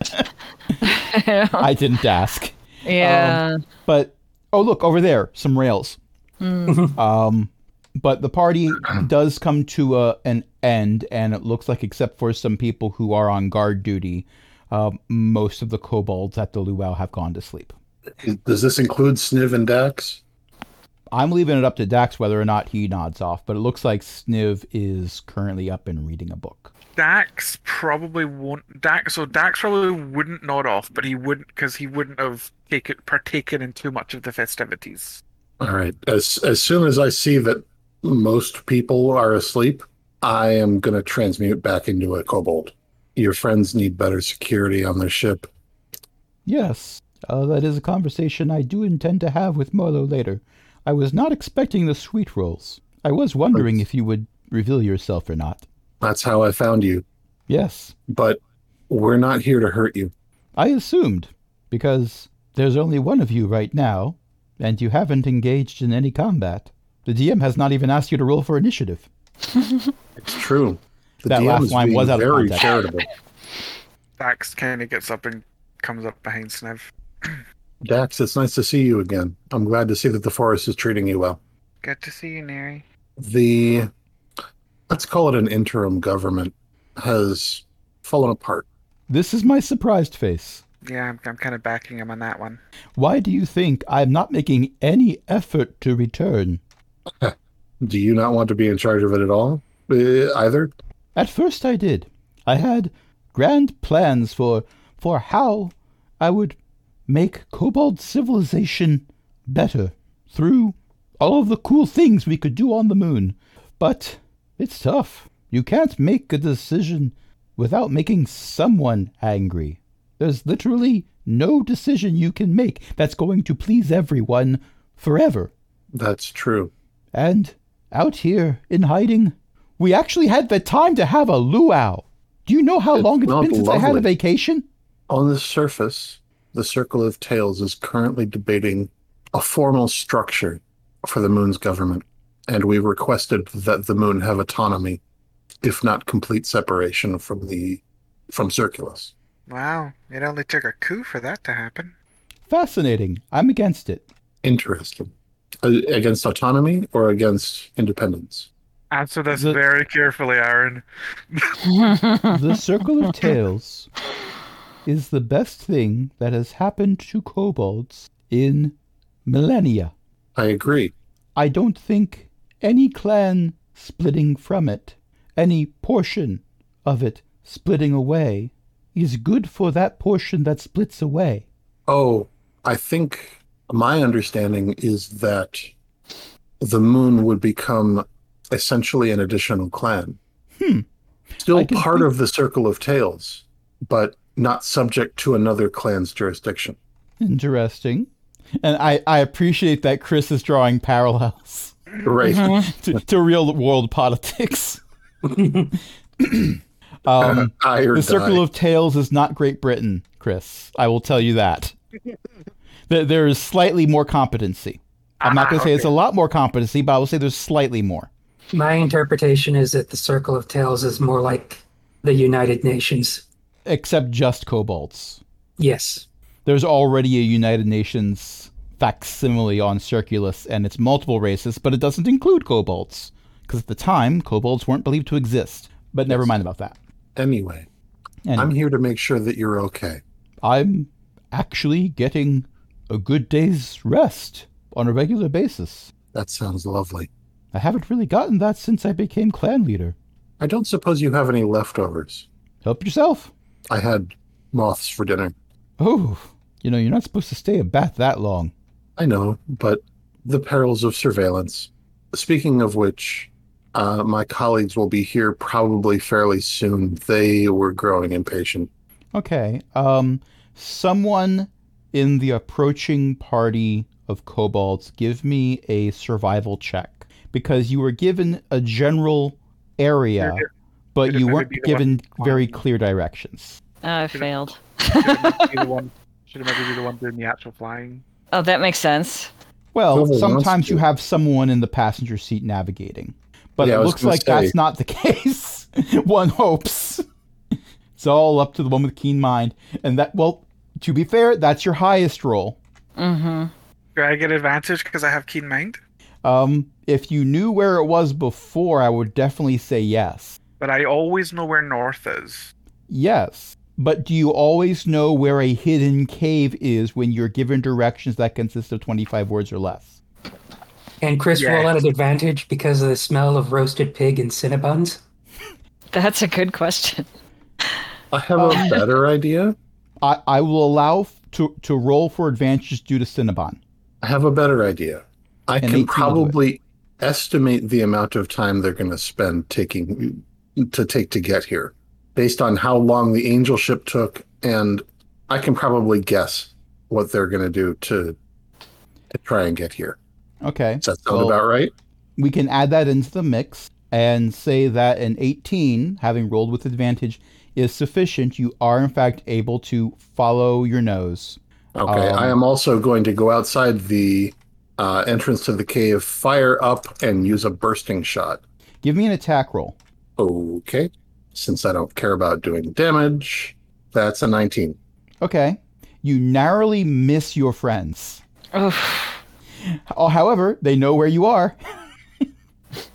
B: I didn't ask.
E: yeah.
B: But oh look, over there, some rails. Um but the party does come to a, an end and it looks like except for some people who are on guard duty, uh, most of the kobolds at the luau have gone to sleep.
A: Does this include Sniv and Dax?
B: I'm leaving it up to Dax whether or not he nods off, but it looks like Sniv is currently up and reading a book.
C: Dax probably won't. Dax, so Dax probably wouldn't nod off, but he wouldn't because he wouldn't have taken partaken in too much of the festivities.
A: All right. As as soon as I see that most people are asleep, I am going to transmute back into a kobold. Your friends need better security on their ship.
B: Yes, uh, that is a conversation I do intend to have with Marlowe later. I was not expecting the sweet rolls. I was wondering if you would reveal yourself or not.
A: That's how I found you.
B: Yes,
A: But we're not here to hurt you.
B: I assumed, because there's only one of you right now, and you haven't engaged in any combat. The DM has not even asked you to roll for initiative.
A: It's true. The
B: That
A: DM
B: last
A: is
B: line
A: being
B: was out of
A: very
B: context.
A: charitable.
C: Dax kind of gets up and comes up behind Sniv.
A: Dax, it's nice to see you again. I'm glad to see that the forest is treating you well.
C: Good to see you, Neri.
A: the let's call it an interim government has fallen apart.
B: This is my surprised face.
C: Yeah, I'm, I'm kind of backing him on that one.
B: Why do you think I'm not making any effort to return?
A: Do you not want to be in charge of it at all? Uh, either?
B: At first I did. I had grand plans for for how I would make Cobalt civilization better through all of the cool things we could do on the moon. But it's tough. You can't make a decision without making someone angry. There's literally no decision you can make that's going to please everyone forever.
A: That's true.
B: And out here in hiding, we actually had the time to have a luau. Do you know how
A: It's
B: long it's
A: not
B: been since I had a
A: lovely.
B: vacation?
A: On the surface, the Circle of Tales is currently debating a formal structure for the moon's government, and we requested that the moon have autonomy, if not complete separation from the from Circulus.
C: Wow, it only took a coup for that to happen.
B: Fascinating. I'm against it.
A: Interesting. Uh, against autonomy or against independence?
C: Answer this
B: The-
C: very carefully, Aaron.
B: The Circle of Tales is the best thing that has happened to kobolds in millennia.
A: I agree.
B: I don't think any clan splitting from it, any portion of it splitting away, is good for that portion that splits away.
A: Oh, I think my understanding is that the moon would become essentially an additional clan.
B: Hmm. I
A: Still
B: can
A: part
B: think-
A: of the Circle of Tales, but not subject to another clan's jurisdiction.
B: Interesting. And I, I appreciate that Chris is drawing parallels
A: Right.
B: to, to real world politics. um,
A: I or
B: the Circle
A: die.
B: of Tales is not Great Britain, Chris. I will tell you that. There, there is slightly more competency. I'm not going to say it's a lot more competency, but I will say there's slightly more.
D: My interpretation is that the Circle of Tales is more like the United Nations.
B: Except just kobolds.
D: Yes.
B: There's already a United Nations facsimile on Circulus and its multiple races, but it doesn't include kobolds. Because at the time, kobolds weren't believed to exist. But never mind about that.
A: Anyway,
B: And
A: I'm
B: I'm,
A: here to make sure that you're okay.
B: actually getting a good day's rest on a regular basis.
A: That sounds lovely.
B: I haven't really gotten that since I became clan leader.
A: I don't suppose you have any leftovers.
B: Help yourself.
A: I had moths for dinner.
B: Oh, you know, you're not supposed to stay a bat that long.
A: I know, but the perils of surveillance. Speaking of which, uh, my colleagues will be here probably fairly soon. They were growing impatient.
B: Okay. Um, someone in the approaching party of kobolds, give me a survival check because you were given a general area,
C: Should
B: but
C: should it
B: you
C: maybe
B: weren't
C: be the
B: given
C: one-
B: very clear directions.
E: I failed.
C: have maybe be the one. Should have maybe be the one doing the actual flying.
E: Oh, that makes sense.
B: Well,
A: Whoever wants
B: sometimes you
A: to.
B: have someone in the passenger seat navigating, but
A: Yeah, I
B: it
A: was
B: looks
A: gonna
B: like
A: say.
B: that's not the case. One hopes. It's all up to the one with keen mind, and that. Well, to be fair, that's your highest roll.
E: Mm-hmm.
C: Do I get advantage because I have keen mind?
B: Um, if you knew where it was before, I would definitely say yes.
C: But I always know where north is.
B: Yes. But do you always know where a hidden cave is when you're given directions that consist of 25 words or less?
D: And Chris
C: Yeah.
D: roll at an advantage because of the smell of roasted pig and Cinnabons.
E: That's a good question.
A: I have a better idea.
B: I, I will allow f- to to roll for advantages due to Cinnabon.
A: I have a better idea. I
B: And 18 will
A: can
B: do it.
A: probably estimate the amount of time they're going to spend taking to take to get here, based on how long the angel ship took, and I can probably guess what they're going to do to to try and get here.
B: Okay.
A: Does that sound
B: Well,
A: about right?
B: we can add that into the mix and say that an 18, having rolled with advantage, is sufficient. You are, in fact, able to follow your nose.
A: Okay.
B: um,
A: I am also going to go outside the uh, entrance to the cave, fire up, and use a bursting shot.
B: Give me an attack roll.
A: Okay. Since I don't care about doing damage, that's a 19.
B: Okay. You narrowly miss your friends.
E: Oh,
B: Oh, however, they know where you are.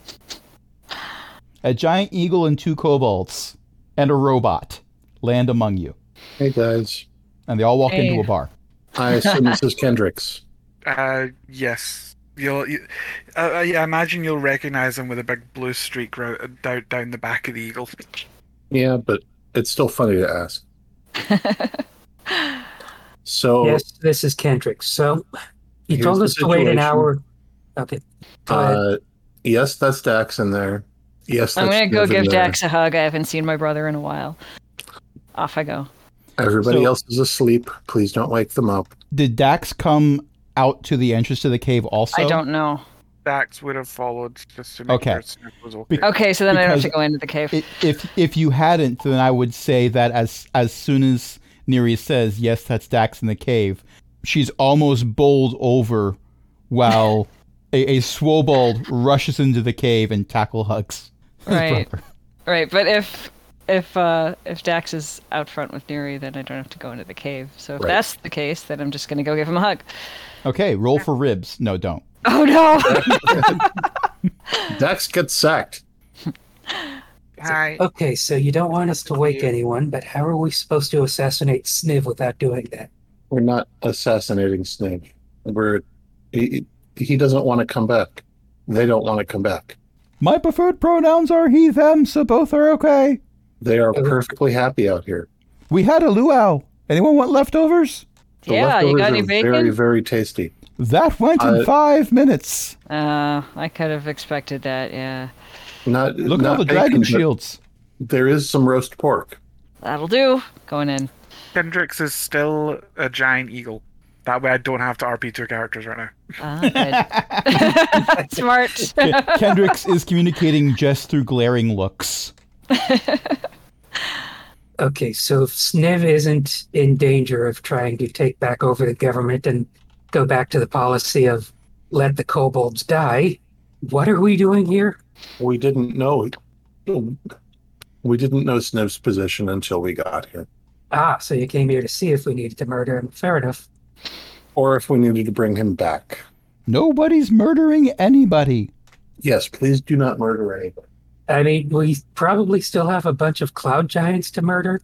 B: a giant eagle and two kobolds and a robot land among you,
A: Hey, guys.
B: and they all walk
E: Hey.
B: into a bar.
A: I assume this is Kendrick's.
C: Uh, yes. You'll, you, uh, I imagine you'll recognize him with a big blue streak ro- uh, down, down the back of the eagle.
A: Yeah, but it's still funny to ask. So,
D: Yes, this is Kendrick. So you
A: Oh. Here's
D: told
A: the
D: us to wait an
A: situation.
D: hour. Okay. Go ahead.
A: uh, yes, that's Dax in there. Yes,
E: I'm
A: that's
E: gonna go
A: Viv in
E: give
A: there.
E: Dax a hug. I haven't seen my brother in a while. Off I go.
A: Everybody
B: So-
A: else is asleep. Please don't wake them up.
B: Did Dax come out to the entrance to the cave also?
E: I don't know.
C: Dax would have followed just to make
B: Okay.
C: sure Snip was okay.
B: Be-
E: Okay, so then I don't have to
B: Because
E: go into the cave.
B: I- if if you hadn't, then I would say that as as soon as Neri says yes, that's Dax in the cave, she's almost bowled over, while a, a swobald rushes into the cave and tackle hugs. his
E: Right.
B: brother.
E: Right, but if if uh if Dax is out front with Neri, then I don't have to go into the cave. So if
A: Right.
E: that's the case, then I'm just gonna go give him a hug.
B: Okay, roll for ribs. No, don't.
E: Oh no!
A: Dax gets sacked.
C: Hi.
D: Uh, Okay, so you don't want us to wake anyone, but how are we supposed to assassinate Sniv without doing that?
A: We're not assassinating Snake. We're he, he doesn't want to come back. They don't want to come back.
B: My preferred pronouns are he, them, so both are okay.
A: They are
D: Okay.
A: perfectly happy out here.
B: We had a luau. Anyone want leftovers?
A: The
E: yeah, you
A: leftovers
E: got any
A: are Very,
E: bacon?
A: very tasty.
B: That went in
A: Uh,
B: five minutes.
E: Uh, I could have expected that. Yeah,
A: Not
B: Look at
A: not
B: all the
A: bacon,
B: dragon
A: but
B: shields.
A: There is some roast pork.
E: that'll do. Going in.
C: Kendrix is still a giant eagle. That way I don't have to RP two characters right now.
E: Ah, good. Smart.
B: Kendricks is communicating just through glaring looks.
D: Okay, so if Sniv isn't in danger of trying to take back over the government and go back to the policy of let the kobolds die, what are we doing here?
A: We didn't know. We didn't know Sniv's position until we got here,
D: Ah, so you came here to see if we needed to murder him. Fair enough.
A: or if we needed to bring him back.
B: Nobody's murdering anybody.
A: Yes, please do not murder anybody.
D: I mean, we probably still have a bunch of cloud giants to murder.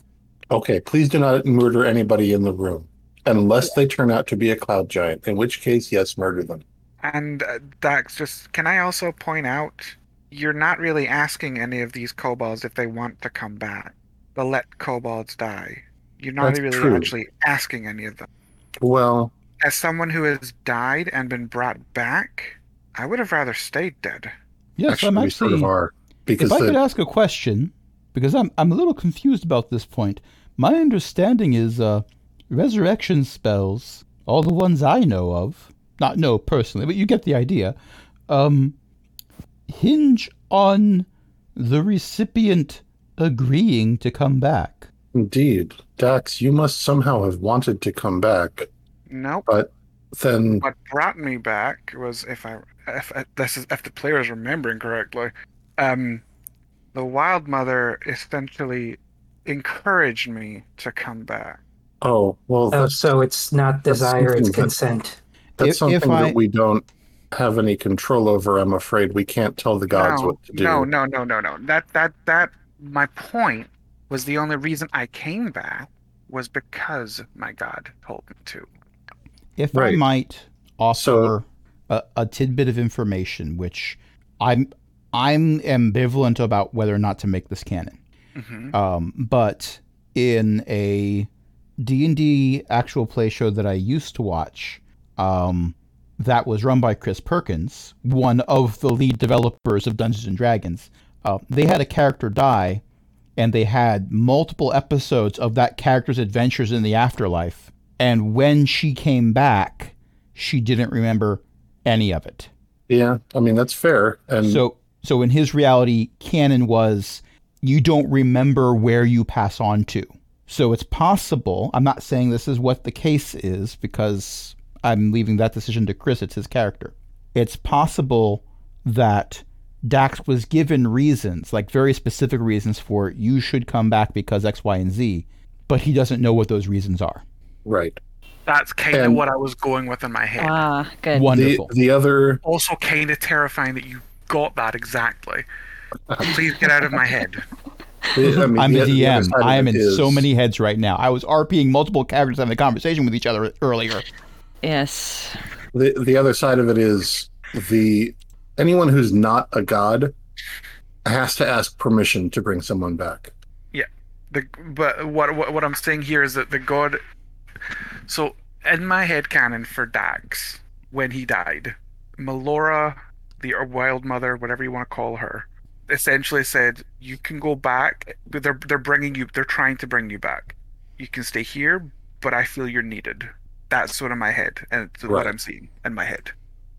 A: Okay, please do not murder anybody in the room, unless they turn out to be a cloud giant. In which case, yes, murder them.
C: And uh, Dax, just can I also point out you're not really asking any of these kobolds if they want to come back. The let kobolds die. You're not
A: That's
C: really
A: true.
C: actually asking any of them.
A: Well,
C: As someone who has died and been brought back, I would have rather stayed dead.
B: Yes, I'm
A: we sort
B: actually.
A: of are because
B: if I
A: the,
B: could ask a question, because I'm I'm a little confused about this point. My understanding is uh, resurrection spells, all the ones I know of, not know personally, but you get the idea, um, hinge on the recipient agreeing to come back.
A: indeed, Dax, you must somehow have wanted to come back.
C: Nope.
A: Then
C: What brought me back was if I if if this is if the player is remembering correctly, um, the Wild Mother essentially encouraged me to come back.
A: Oh, well,
D: Oh,
A: that's,
D: so it's not
A: that's
D: desire, it's
A: something that-
D: consent.
A: that's
B: Uh, If- if
A: something
B: I-
A: that we don't have any control over, I'm afraid. We can't tell the gods
C: no,
A: what to do.
C: no, no, no, no, no. That that that my point was the only reason I came back was because my God told me to.
B: If I
A: Right.
B: might offer
A: So-
B: a, a tidbit of information, which I'm I'm ambivalent about whether or not to make this canon.
C: hmm
B: um, but in a d&d actual play show that i used to watch um, that was run by chris perkins one of the lead developers of dungeons and dragons uh, they had a character die and they had multiple episodes of that character's adventures in the afterlife and when she came back she didn't remember any of it
A: Yeah, I mean that's fair. And
B: so so in his reality, canon was you don't remember where you pass on to. So it's possible. I'm not saying this is what the case is because I'm leaving that decision to Chris. It's his character. It's possible that Dax was given reasons, like very specific reasons for you should come back because X, Y, and Z, but he doesn't know what those reasons are.
A: right.
C: That's kind of
A: And-
C: what I was going with in my head.
E: Ah, good.
A: The
B: Wonderful.
A: the other
C: also kind of terrifying that you got that exactly. Please get out of my head.
A: the- I mean,
B: I'm the
A: the- the other
B: DM.
A: side of
B: I am
A: it
B: in
A: is-
B: so many heads right now. I was RPing multiple characters having a conversation with each other earlier.
E: Yes.
A: the the other side of it is the anyone who's not a god has to ask permission to bring someone back.
C: The but what what, what I'm saying here is that the god. So in my head canon for Dax, when he died, Melora, the er, Wild Mother, whatever you want to call her, essentially said you can go back, but they're they're bringing you, they're trying to bring you back. You can stay here, but I feel you're needed. That's sort of my head, and it's what
A: Right.
C: I'm seeing in my head.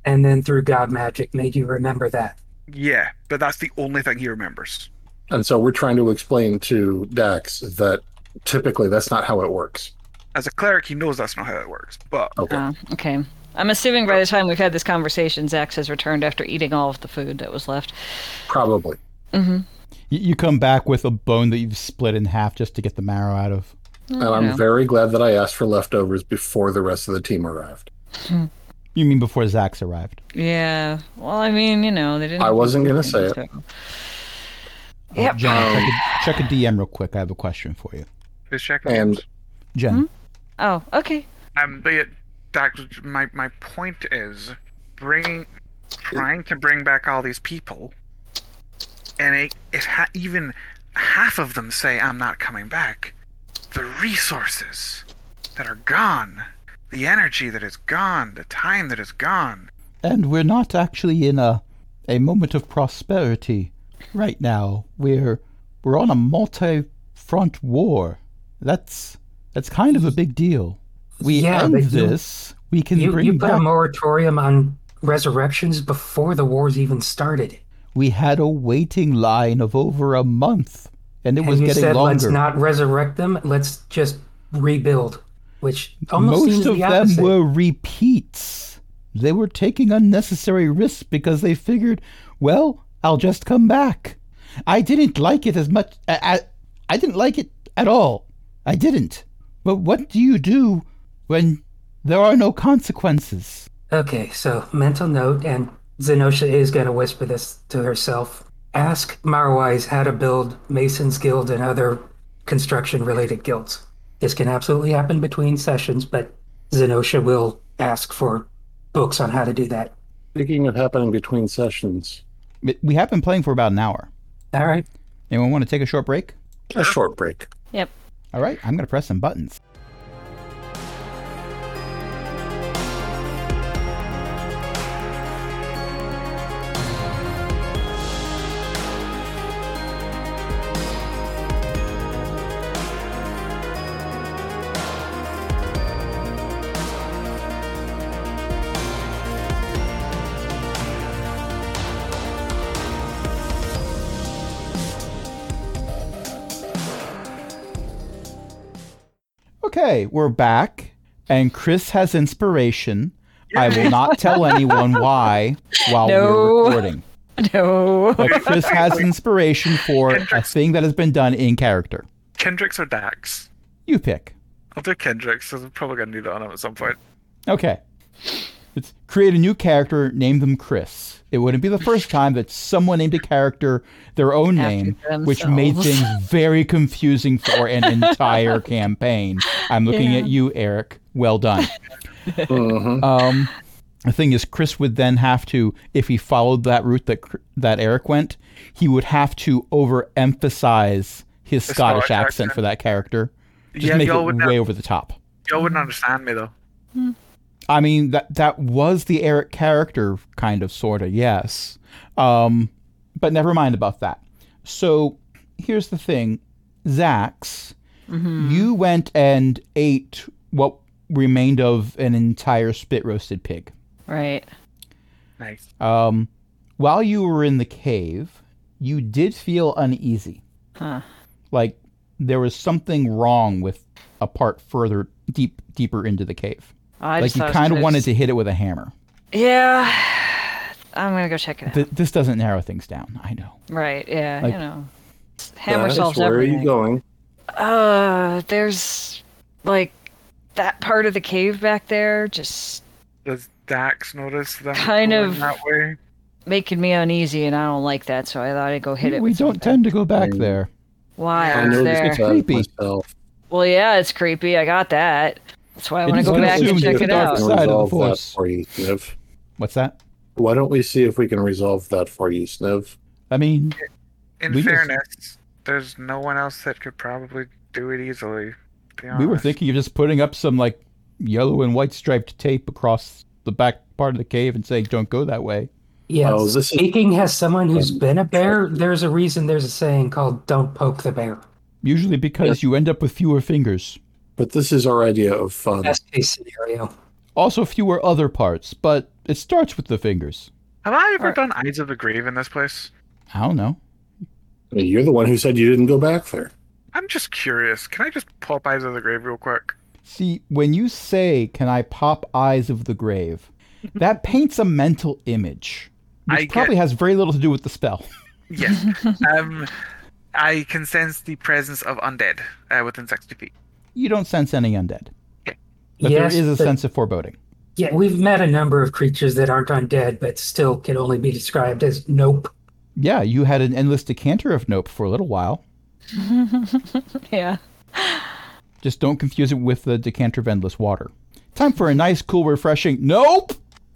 D: And then through God magic made you remember that.
C: Yeah, but that's the only thing he remembers.
A: And so we're trying to explain to Dax that typically that's not how it works.
C: As a cleric, he knows that's not how it works. But
A: Okay.
E: Ah, okay. I'm assuming by the time we've had this conversation, Zax has returned after eating all of the food that was left.
A: Probably.
E: Mm-hmm.
B: You, you come back with a bone that you've split in half just to get the marrow out of.
E: Oh,
A: And Oh, I'm very glad that I asked for leftovers before the rest of the team arrived.
B: You mean before Zax arrived?
E: Yeah. Well, I mean, you know, they didn't.
A: I wasn't gonna say it.
E: Yep.
B: Uh, Jen, check, a, check a DM real quick. I have a question for you,
C: his check
A: And
B: Jen.
D: Mm-hmm.
E: Oh, okay.
C: um, but yet, Doctor, my my point is bringing, trying to bring back all these people, and it, if ha- even half of them say I'm not coming back, the resources that are gone, the energy that is gone, the time that is gone.
B: And we're not actually in a a moment of prosperity right now. We're we're on a multi-front war. That's that's kind of a big deal. We
D: Yeah,
B: end
D: but you-
B: this. We can
D: You,
B: bring
D: you put a
B: back.
D: moratorium on resurrections before the wars even started.
B: we had a waiting line of over a month, and it
D: And
B: was
D: you
B: getting
D: said
B: longer.
D: let's not resurrect them, let's just rebuild. Which almost
B: Most
D: seems
B: of
D: the
B: them
D: opposite.
B: were repeats. They were taking unnecessary risks because they figured, well, I'll just come back. I didn't like it as much. I, I, I didn't like it at all. I didn't. But what do you do when there are no consequences?
D: Okay, so mental note, and Zenosha is going to whisper this to herself. Ask Marwise how to build Mason's Guild and other construction related guilds. This can absolutely happen between sessions, but Zenosha will ask for books on how to do that.
A: speaking of happening between sessions,
B: We- We have been playing for about an hour.
D: All right.
B: Anyone want to take a short break?
A: a short break.
E: Yep.
B: All right, I'm going to press some buttons. Okay, we're back, and Chris has inspiration. I will not tell anyone why while
E: No.
B: we're recording.
E: No.
B: But Chris has inspiration for a thing that has been done in character.
C: Kendricks or Dax?
B: You pick.
C: I'll do Kendricks. 'cause I'm probably gonna need that on him at some point.
B: Okay. It's create a new character, name them Chris. It wouldn't be the first time that someone named a character their own
E: After
B: name, which made
E: themselves.
B: things very confusing for an entire campaign. I'm looking
E: Yeah.
B: at you, Eric. Well done.
A: Mhm.
B: Um, the thing is, Chris would then have to, if he followed that route that Cr- that Eric went, he would have to overemphasize his
C: The
B: Scottish,
C: Scottish
B: accent,
C: accent.
B: for that character. Just
C: yeah,
B: make
C: y'all
B: it
C: wouldn't,
B: way over the top.
C: y'all wouldn't understand me though.
B: I mean that that was the Eric character kind of sorta, yes. Um but never mind about that. So here's the thing. Zax,
E: Mhm.
B: you went and ate what remained of an entire spit roasted pig.
E: Right.
C: Nice.
B: Um while you were in the cave, you did feel uneasy.
E: Huh.
B: Like there was something wrong with a part further deep deeper into the cave.
E: I
B: like
E: just
B: you
E: thought it was
B: kind of
E: gonna
B: wanted
E: just-
B: to hit it with a hammer.
E: Yeah. I'm gonna go check it out.
B: Th- this doesn't narrow things down. I know.
E: right. Yeah.
B: like-
E: you know. Hammer
A: Dax,
E: solves
A: where
E: everything.
A: are you going?
E: Uh, there's like that part of the cave back there just
C: Does Dax notice them
E: Kind
C: going
E: of-
C: that way?
E: making me uneasy, and I don't like that. So I thought I'd go hit it.
B: we
E: with
B: don't
E: something.
B: tend to go back
A: Mm.
B: there.
E: Why
C: Yeah,
E: I
A: I
E: was
A: know
E: there?
A: this
B: there.
A: about
B: Creepy.
A: myself.
E: Well, yeah, it's creepy. I got that. That's why I want to
B: just
E: go
B: wanna
E: back
B: assume
E: and
B: that
E: check
B: the
E: it
B: dark
E: out.
B: side of the
A: Resolve that
B: force.
A: for you, Sniv.
B: What's that?
A: Why don't we see if we can resolve that for you, Sniv?
B: I mean,
C: In
B: We just-
C: fairness, there's no one else that could probably do it easily. to be
B: we were
C: honest.
B: thinking of just putting up some like yellow and white striped tape across the back part of the cave and saying, "Don't go that way."
D: Yes.
A: Oh, this is
D: Speaking as someone who's
A: Um,
D: been a bear, there's a reason there's a saying called "Don't poke the bear."
B: Usually because
A: Yes.
B: you end up with fewer fingers,
A: but this is our idea of fun.
D: Best case scenario.
B: also fewer other parts, but it starts with the fingers.
C: Have I ever
E: Or-
C: done Eyes of the Grave in this place?
B: I don't know.
A: I mean, You're the one who said you didn't go back there.
C: I'm just curious. Can I just pop Eyes of the Grave real quick?
B: See, when you say, "Can I pop eyes of the grave?" that paints a mental image, which
C: I get-
B: probably has very little to do with the spell.
C: Yes. um, I can sense the presence of undead uh, within 60 feet.
B: You don't sense any undead, but
D: yes,
B: there is a
D: but-
B: sense of foreboding.
D: Yeah, we've met a number of creatures that aren't undead, but still can only be described as nope.
B: Yeah, you had an endless decanter of nope for a little while.
E: Yeah.
B: Just don't confuse it with the decanter of endless water. Time for a nice, cool, refreshing. Nope.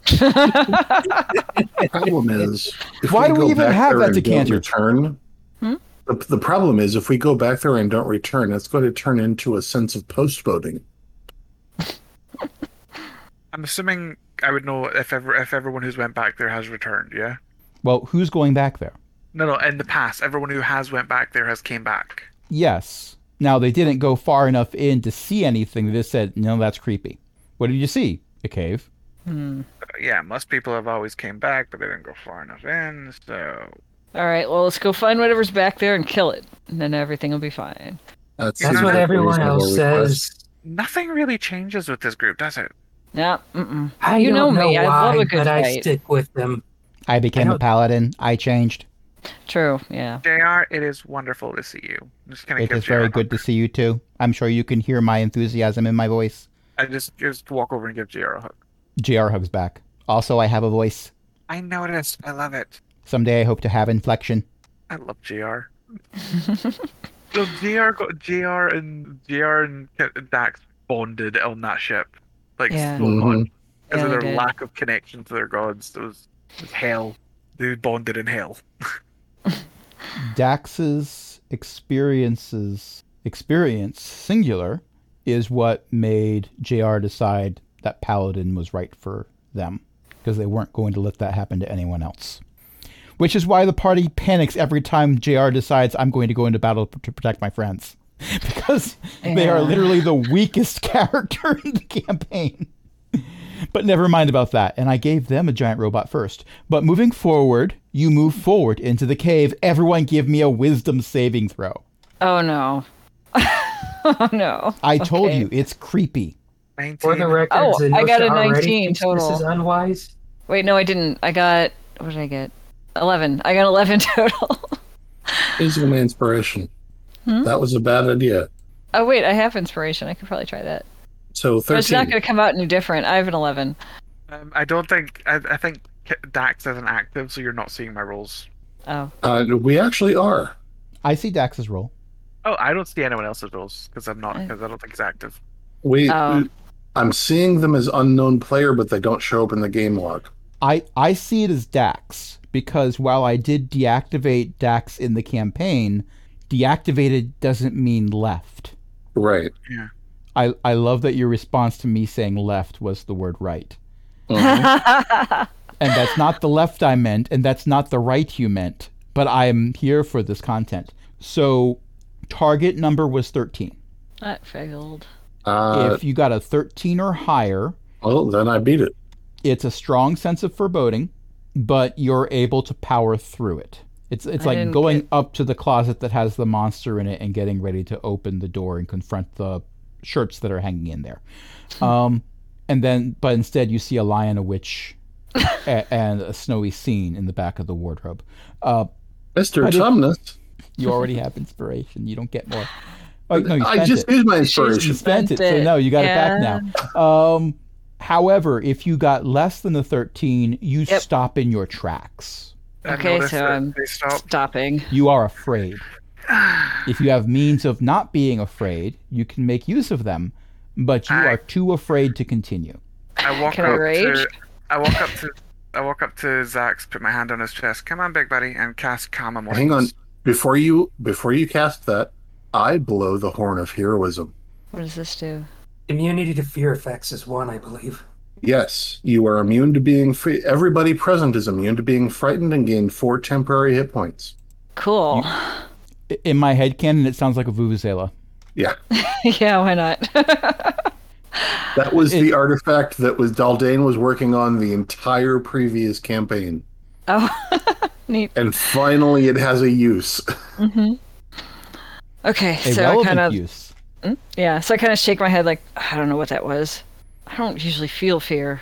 A: The problem is, if
B: Why do we
A: go
B: even
A: back
B: have
A: there and
B: that
A: don't
B: decanter?
A: Return.
E: Hmm?
A: The, the problem is, if we go back there and don't return, it's going to turn into a sense of postboating.
C: I'm assuming I would know if ever if everyone who's went back there has returned. Yeah.
B: Well, who's going back there?
C: No, no. In the past, everyone who has went back there has came back.
B: Yes. Now, they didn't go far enough in to see anything. They just said, no, that's creepy. What did you see? A cave.
E: Hmm.
C: Uh, yeah, most people have always came back, but they didn't go far enough in. So
E: All right. Well, let's go find whatever's back there and kill it, and then everything will be fine.
A: seems
D: That's
A: like
D: what
A: a
D: everyone
A: reasonable
D: else
A: request.
D: says.
C: nothing really changes with this group, does it?
E: Yeah. Mm-mm.
D: I
E: You
D: don't
E: know me, I love
D: why,
E: a good
D: but I
E: fight.
D: stick with them.
B: I became
D: I
B: a
D: don't-
B: paladin. I changed.
E: True. Yeah.
C: Jr. It is wonderful to see you. I'm just gonna
B: It
C: give
B: is very
C: JR
B: good to see you too. I'm sure you can hear my enthusiasm in my voice.
C: I just just walk over and give Jr. a hug.
B: JR hugs back. Also, I have a voice.
C: I noticed. I love it.
B: Someday I hope to have inflection.
C: I love Jr. so Jr. Got, Jr. and Jr. and K- Dax bonded on that ship, like
E: Yeah.
C: so much
B: Mm-hmm.
C: because of
E: Yeah, they
C: their
E: did.
C: lack of connection to their gods. It was, it was hell. They bonded in hell.
B: Dax's experiences experience singular is what made JR decide that Paladin was right for them because they weren't going to let that happen to anyone else. Which is why the party panics every time JR decides I'm going to go into battle p- to protect my friends because they are
E: Yeah.
B: literally the weakest character in the campaign. But never mind about that. And I gave them a giant robot first. But moving forward, you move forward into the cave. Everyone give me a wisdom saving throw.
E: Oh no. oh no.
B: I told
E: Okay.
B: you, it's creepy.
D: For the
C: 19.
D: record,
E: Oh,
D: Zenosha
E: I got a
D: already
E: 19
D: thinks
E: total.
D: This is unwise.
E: Wait, no, I didn't. I got what did I get? Eleven. I got eleven total.
A: Here's my inspiration.
E: Hmm?
A: That was a bad idea.
E: oh wait, I have inspiration. I could probably try that.
A: So
E: But it's not
A: thirteen.
E: going to come out any different. I have an eleven.
C: Um, I don't think. I, I think K- Dax isn't active, so you're not seeing my rolls.
E: Oh,
A: Uh, we actually are.
B: I see Dax's roll.
C: Oh, I don't see anyone else's rolls because I'm not
E: I-
C: because I don't think he's active.
A: We.
E: Oh.
A: I'm seeing them as unknown player, but they don't show up in the game log.
B: I, I see it as Dax because while I did deactivate Dax in the campaign, deactivated doesn't mean left.
A: Right.
B: I, I love that your response to me saying left was the word right.
A: Mhm.
B: And that's not the left I meant, and that's not the right you meant, but I'm here for this content. So, target number was 13.
E: that failed.
A: uh,
B: if you got a 13 or higher,
A: well, then I beat it.
B: it's a strong sense of foreboding, but you're able to power through it. It's it's
E: I
B: like
E: didn't
B: going
E: get-
B: up to the closet that has the monster in it and getting ready to open the door and confront the shirts that are hanging in there.
E: Hmm.
B: Um, and then, but instead, you see a lion, a witch, a, and a snowy scene in the back of the wardrobe. Uh,
A: Mr.
B: I did-
A: Tumnus,
B: you already have inspiration. You don't get more. Oh, no, you
A: I
B: spent
A: just
B: it.
A: used my
B: You
A: inspiration.
B: spent it, so
E: Spent it.
B: no, you got it back now. Um, however, if you got less than a 13, you
E: Yep.
B: stop in your tracks.
C: I
E: Okay,
C: noticed
E: so
C: that
E: I'm-
C: They stop.
E: Stopping.
B: You are afraid. If you have means of not being afraid, you can make use of them, but you
C: I-
B: are too afraid to continue.
C: I walk
E: Can I
C: up
E: rage?
C: to. I walk up to. I walk up to Zax, put my hand on his chest. Come on, big buddy, and cast calm emotions.
A: Hang on. Before you before you cast that, I blow the horn of heroism.
E: What does this do?
D: Immunity to fear effects is one, I believe.
A: Yes, you are immune to being free. Everybody present is immune to being frightened and gain four temporary hit points.
E: Cool.
B: I- In my head canon, it sounds like a vuvuzela.
A: Yeah,
E: yeah, why not?
A: that was
B: It-
A: the artifact that was Daldane was working on the entire previous campaign,
E: oh, neat.
A: and finally it has a use.
B: Mm-hmm.
E: hmm Okay,
B: A
E: so I
B: relevant
E: kind of
B: use.
E: yeah, so I kind of shake my head like I don't know what that was. I don't usually feel fear.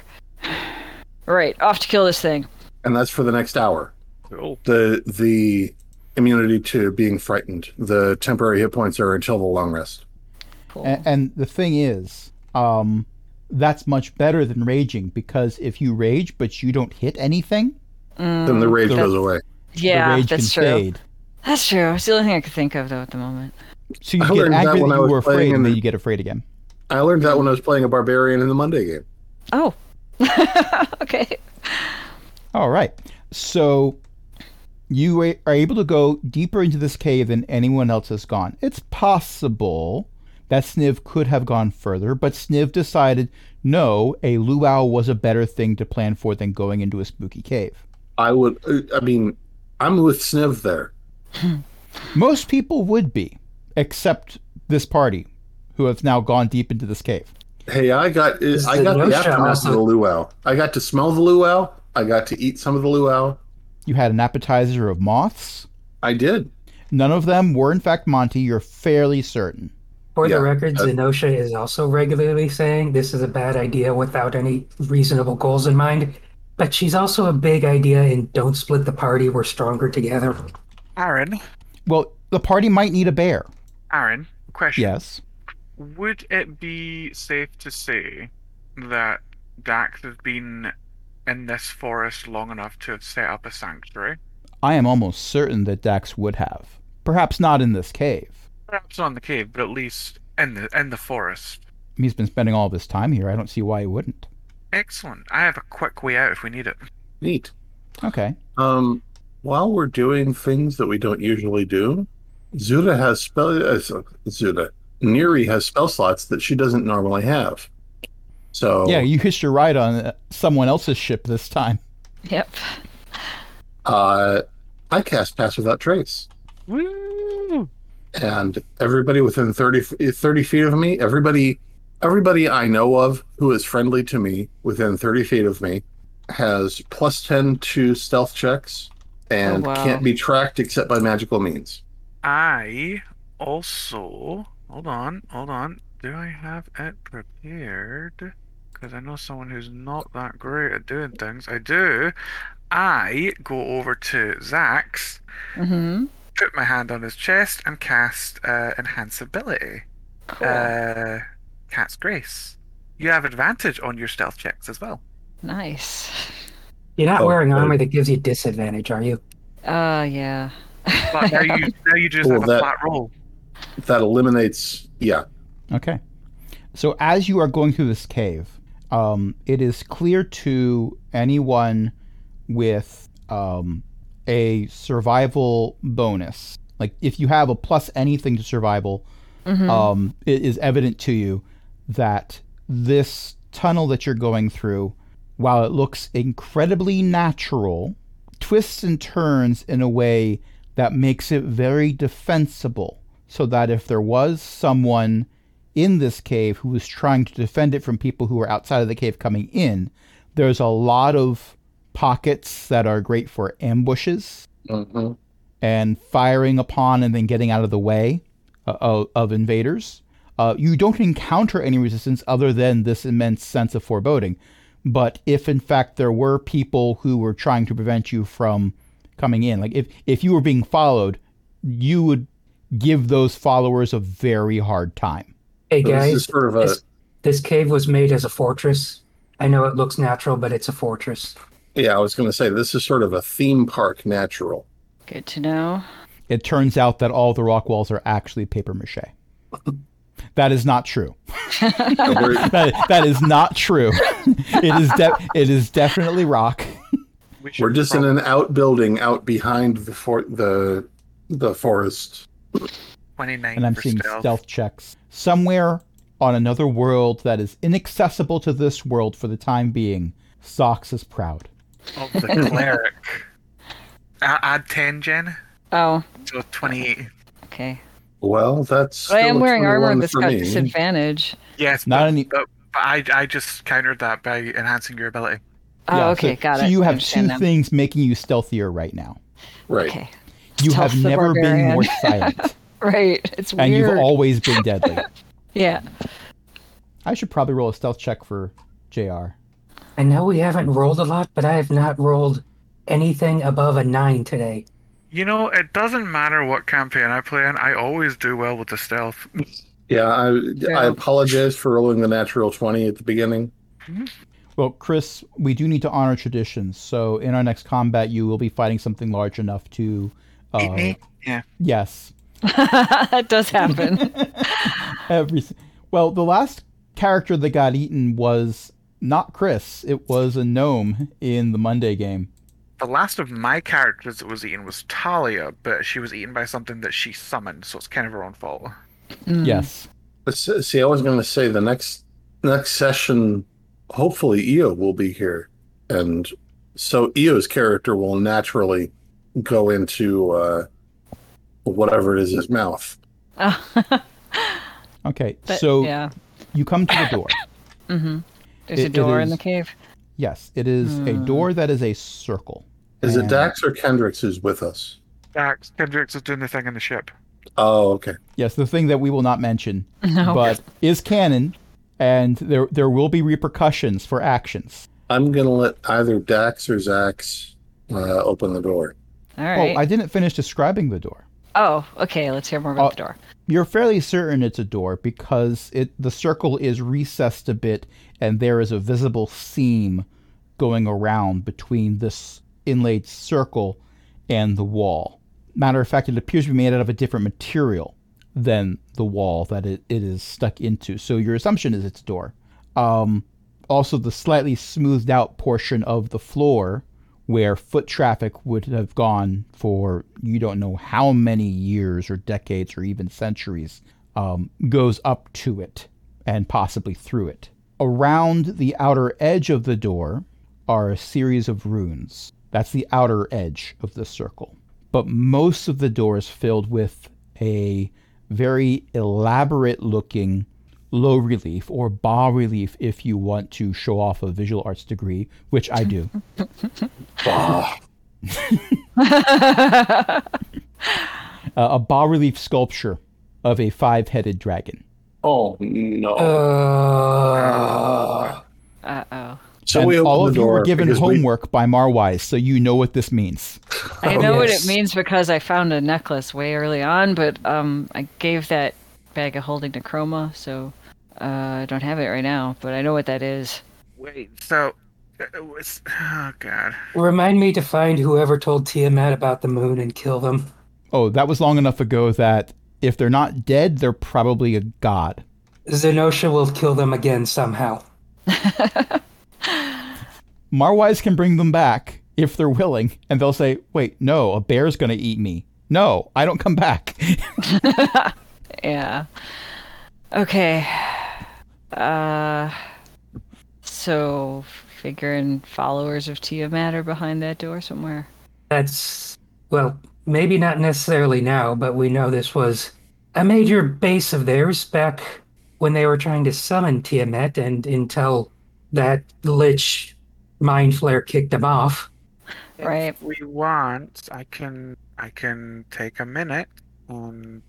E: All right, off to kill this thing.
A: and that's for the next hour.
C: Cool.
A: The the immunity to being frightened. The temporary hit points are until the long rest.
E: Cool.
B: And, and the thing is, um, that's much better than raging because if you rage but you don't hit anything,
A: then the rage
B: the-
A: goes away.
B: the
E: Mm, yeah,
B: rage
E: that's
B: can
E: true.
B: fade.
E: That's true. It's the only thing I could think of though at the moment.
B: So you
A: I
B: get
A: learned that
B: angry that,
A: when I
B: you
A: was
B: were
A: playing
B: afraid, and
A: in-
B: then you get afraid again.
A: I learned that when I was playing a barbarian in the Monday game.
E: Oh, okay.
B: All right. So you a- are able to go deeper into this cave than anyone else has gone. It's possible that Sniv could have gone further, but Sniv decided no, a luau was a better thing to plan for than going into a spooky cave.
A: I would. uh, I mean, I'm with Sniv there.
B: Most people would be, except this party, who have now gone deep into this cave.
A: Hey, I got uh,
D: Is
A: I
D: the
A: got the
D: no-show
A: aftermath
D: also-
A: of the luau. I got to smell the luau. I got to eat some of the luau.
B: You had an appetizer of moths.
A: I did.
B: None of them were, in fact, Monty. You're fairly certain.
D: For
A: Yeah,
D: the record,
A: uh,
D: Zenosha is also regularly saying this is a bad idea without any reasonable goals in mind. But she's also a big idea in don't split the party, we're stronger together.
C: Aaron,
B: Well, the party might need a bear.
C: Aaron, question.
B: Yes.
C: Would it be safe to say that Dax has been in this forest long enough to have set up a sanctuary?
B: I am almost certain that Dax would have. Perhaps not in this cave.
C: Perhaps not in the cave, but at least in the in the forest.
B: He's been spending all of his time here. I don't see why he wouldn't.
C: Excellent. I have a quick way out if we need it.
A: Neat.
B: Okay.
A: Um, while we're doing things that we don't usually do, Zuda has spell. Uh, so- Zuda Neri has spell slots that she doesn't normally have. So
B: Yeah, you hitched your ride on uh, someone else's ship this time.
E: Yep.
A: uh, I cast Pass Without Trace.
C: Woo!
A: and everybody within 30, f- 30 feet of me everybody everybody i know of who is friendly to me within 30 feet of me has plus 10 to stealth checks and
E: Oh, wow.
A: can't be tracked except by magical means
C: I also hold on, hold on. Do I have it prepared? Because I know someone who's not that great at doing things. I do. I go over to Zax,
E: Mm-hmm.
C: put my hand on his chest, and cast uh, Enhance Ability.
E: Cool.
C: Uh, Cat's Grace. You have advantage on your stealth checks as well.
E: nice.
D: You're not
A: Oh,
D: wearing
A: uh,
D: armor that gives you disadvantage, are you?
E: Uh, yeah.
C: But now you now you just
A: Cool,
C: have a
A: that-
C: flat roll.
A: that eliminates yeah
B: Okay. So as you are going through this cave, um, it is clear to anyone with um, a survival bonus Like if you have a plus anything to survival, um, it is evident to you that this tunnel that you're going through, while it looks incredibly natural, twists and turns in a way that makes it very defensible. So that if there was someone in this cave who was trying to defend it from people who were outside of the cave coming in, there's a lot of pockets that are great for ambushes
A: Mhm.
B: and firing upon and then getting out of the way uh, of, of invaders. Uh, you don't encounter any resistance other than this immense sense of foreboding. But if in fact there were people who were trying to prevent you from coming in, like if, if you were being followed, you would give those followers a very hard time.
D: Hey
A: So
D: guys,
A: this is sort of a
D: this, this cave was made as a fortress. I know it looks natural, but it's a fortress.
A: yeah. I was going to say this is sort of a theme park natural.
E: Good to know.
B: It turns out that all the rock walls are actually paper mache. That is not true.
A: And we're-
B: That, that is not true. It is de- it is definitely rock.
C: We should
A: we're just in an outbuilding out behind the for- the the forest.
C: probably 29
B: and I'm
C: for
B: seeing stealth. checks somewhere on another world that is inaccessible to this world for the time being. Sox is proud.
C: of the cleric. A- Add 10, Jen.
E: Oh,
C: So 28.
E: okay.
A: Well, that's.
E: But I
A: still
E: am
A: a
E: wearing armor
A: 21
E: that's
A: for
E: got
A: me.
E: disadvantage.
C: Yes,
B: Not
C: but,
B: any-
C: but, but I, I just countered that by enhancing your ability.
E: Oh,
B: Yeah, so-
E: okay, got
B: so
E: it.
B: you
E: I
B: have two
E: understand now.
B: things making you stealthier right now.
A: Right.
E: Okay,
B: You
E: Stealth
B: have
E: the
B: never been more
E: barbarian.
B: silent,
E: right. It's weird.
B: and you've always been deadly.
E: yeah.
B: I should probably roll a stealth check for Jr.
D: I know we haven't rolled a lot, but I have not rolled anything above a nine today.
C: You know, it doesn't matter what campaign I play in, I always do well with the stealth.
A: Yeah, I I
E: Yeah.
A: apologize for rolling the natural twenty at the beginning.
B: Well, Chris, we do need to honor traditions. So in our next combat, you will be fighting something large enough to.
C: Eat
B: Uh,
C: me? Yeah.
B: yes,
E: that does happen.
B: Every well, the last character that got eaten was not Chris. It was a gnome in the Monday game.
C: The last of my characters that was eaten was Talia, but she was eaten by something that she summoned, so it's kind of her own fault.
E: Mm.
B: Yes,
A: Let's- See, I was going to say the next next session, hopefully Io will be here, and so Io's character will naturally go into uh, whatever it is his mouth.
E: Oh,
B: Okay,
E: but-
B: so
E: yeah.
B: you come to the door.
E: Mm-hmm. There's
B: It-
E: a
B: it
E: door in
B: is-
E: the cave.
B: yes, it is
E: Hmm.
B: a door that is a circle.
A: Is it
B: And-
A: Dax or Kendricks who's with us?
C: Dax, Kendrick's is doing the thing in the ship.
A: Oh, okay.
B: Yes, the thing that we will not mention,
E: No.
B: but is canon, and there there will be repercussions for actions.
A: I'm going to let either Dax or Zax uh, open the door.
E: All
B: Oh,
E: right.
B: I didn't finish describing the door.
E: Oh, okay. Let's hear more about
B: Oh.
E: the door.
B: You're fairly certain it's a door because it the circle is recessed a bit and there is a visible seam going around between this inlaid circle and the wall. Matter of fact, it appears to be made out of a different material than the wall that it, it is stuck into. So your assumption is it's a door. Um, also, the slightly smoothed out portion of the floor where foot traffic would have gone for you don't know how many years or decades or even centuries um, goes up to it and possibly through it. Around the outer edge of the door are a series of runes. That's the outer edge of the circle. But most of the door is filled with a very elaborate looking low relief or bas relief if you want to show off a visual arts degree, which I do.
A: Ah,
B: uh, a bas relief sculpture of a five headed dragon.
A: oh no!
D: Uh,
E: Uh oh.
A: so
B: and
A: we
B: all
A: opened
B: of
A: the
B: you
A: door.
B: were given
A: because we-
B: homework by Marwise, so you know what this means.
E: I
B: Oh,
E: know what
D: yes.
E: it means because I found a necklace way early on, but um, I gave that bag of holding to Chroma, so uh, I don't have it right now. But I know what that is.
C: Wait, so. uh, It was, oh, God.
D: remind me to find whoever told Tiamat about the moon and kill them.
B: Oh, that was long enough ago that if they're not dead, they're probably a god.
D: Zenosha will kill them again somehow.
B: Marwise can bring them back if they're willing, and they'll say, wait, no, a bear's going to eat me. No, I don't come back.
E: Yeah. Okay. Uh. So figuring followers of Tiamat are behind that door somewhere.
D: That's, well, maybe not necessarily now, but we know this was a major base of theirs back when they were trying to summon Tiamat and until that lich mind flare kicked them off.
E: Right.
C: If we want, I can I can take a minute and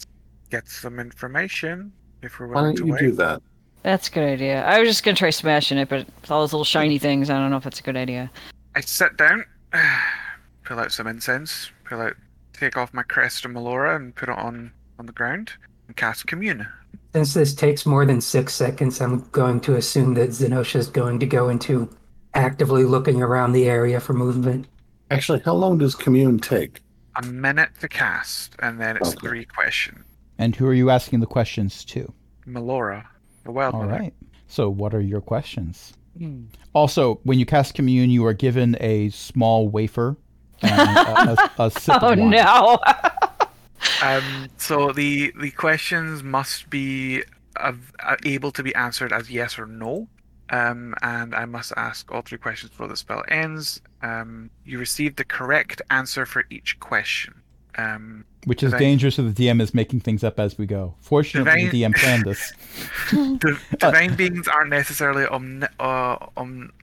C: get some information if we're
A: Why
C: willing
A: don't
C: to
A: you
C: wait.
A: do that?
E: That's a good idea. I was just gonna try smashing it, but with all those little shiny things, I don't know if that's a good idea.
C: I sit down, pull out some incense, pull out, take off my crest of Melora and put it on on the ground and cast commune.
D: Since this takes more than six seconds, I'm going to assume that Zenosha is going to go into actively looking around the area for movement.
A: Actually, how long does commune take?
C: A minute to cast, and then it's
A: Okay.
C: three question.
B: and who are you asking the questions to?
C: Melora, the wild
B: All
C: mother.
B: right. So, what are your questions?
E: Hmm.
B: Also, when you cast commune, you are given a small wafer and a, a, a sip of
E: Oh
B: wine.
E: no!
C: Um, so the the questions must be of, uh, able to be answered as yes or no. Um, and I must ask all three questions before the spell ends. Um, you receive the correct answer for each question. Um,
B: Which is
C: Divine-
B: dangerous if the DM is making things up as we go. Fortunately, the
C: Divine-
B: DM planned this.
C: div- divine beings aren't necessarily omni- uh, om-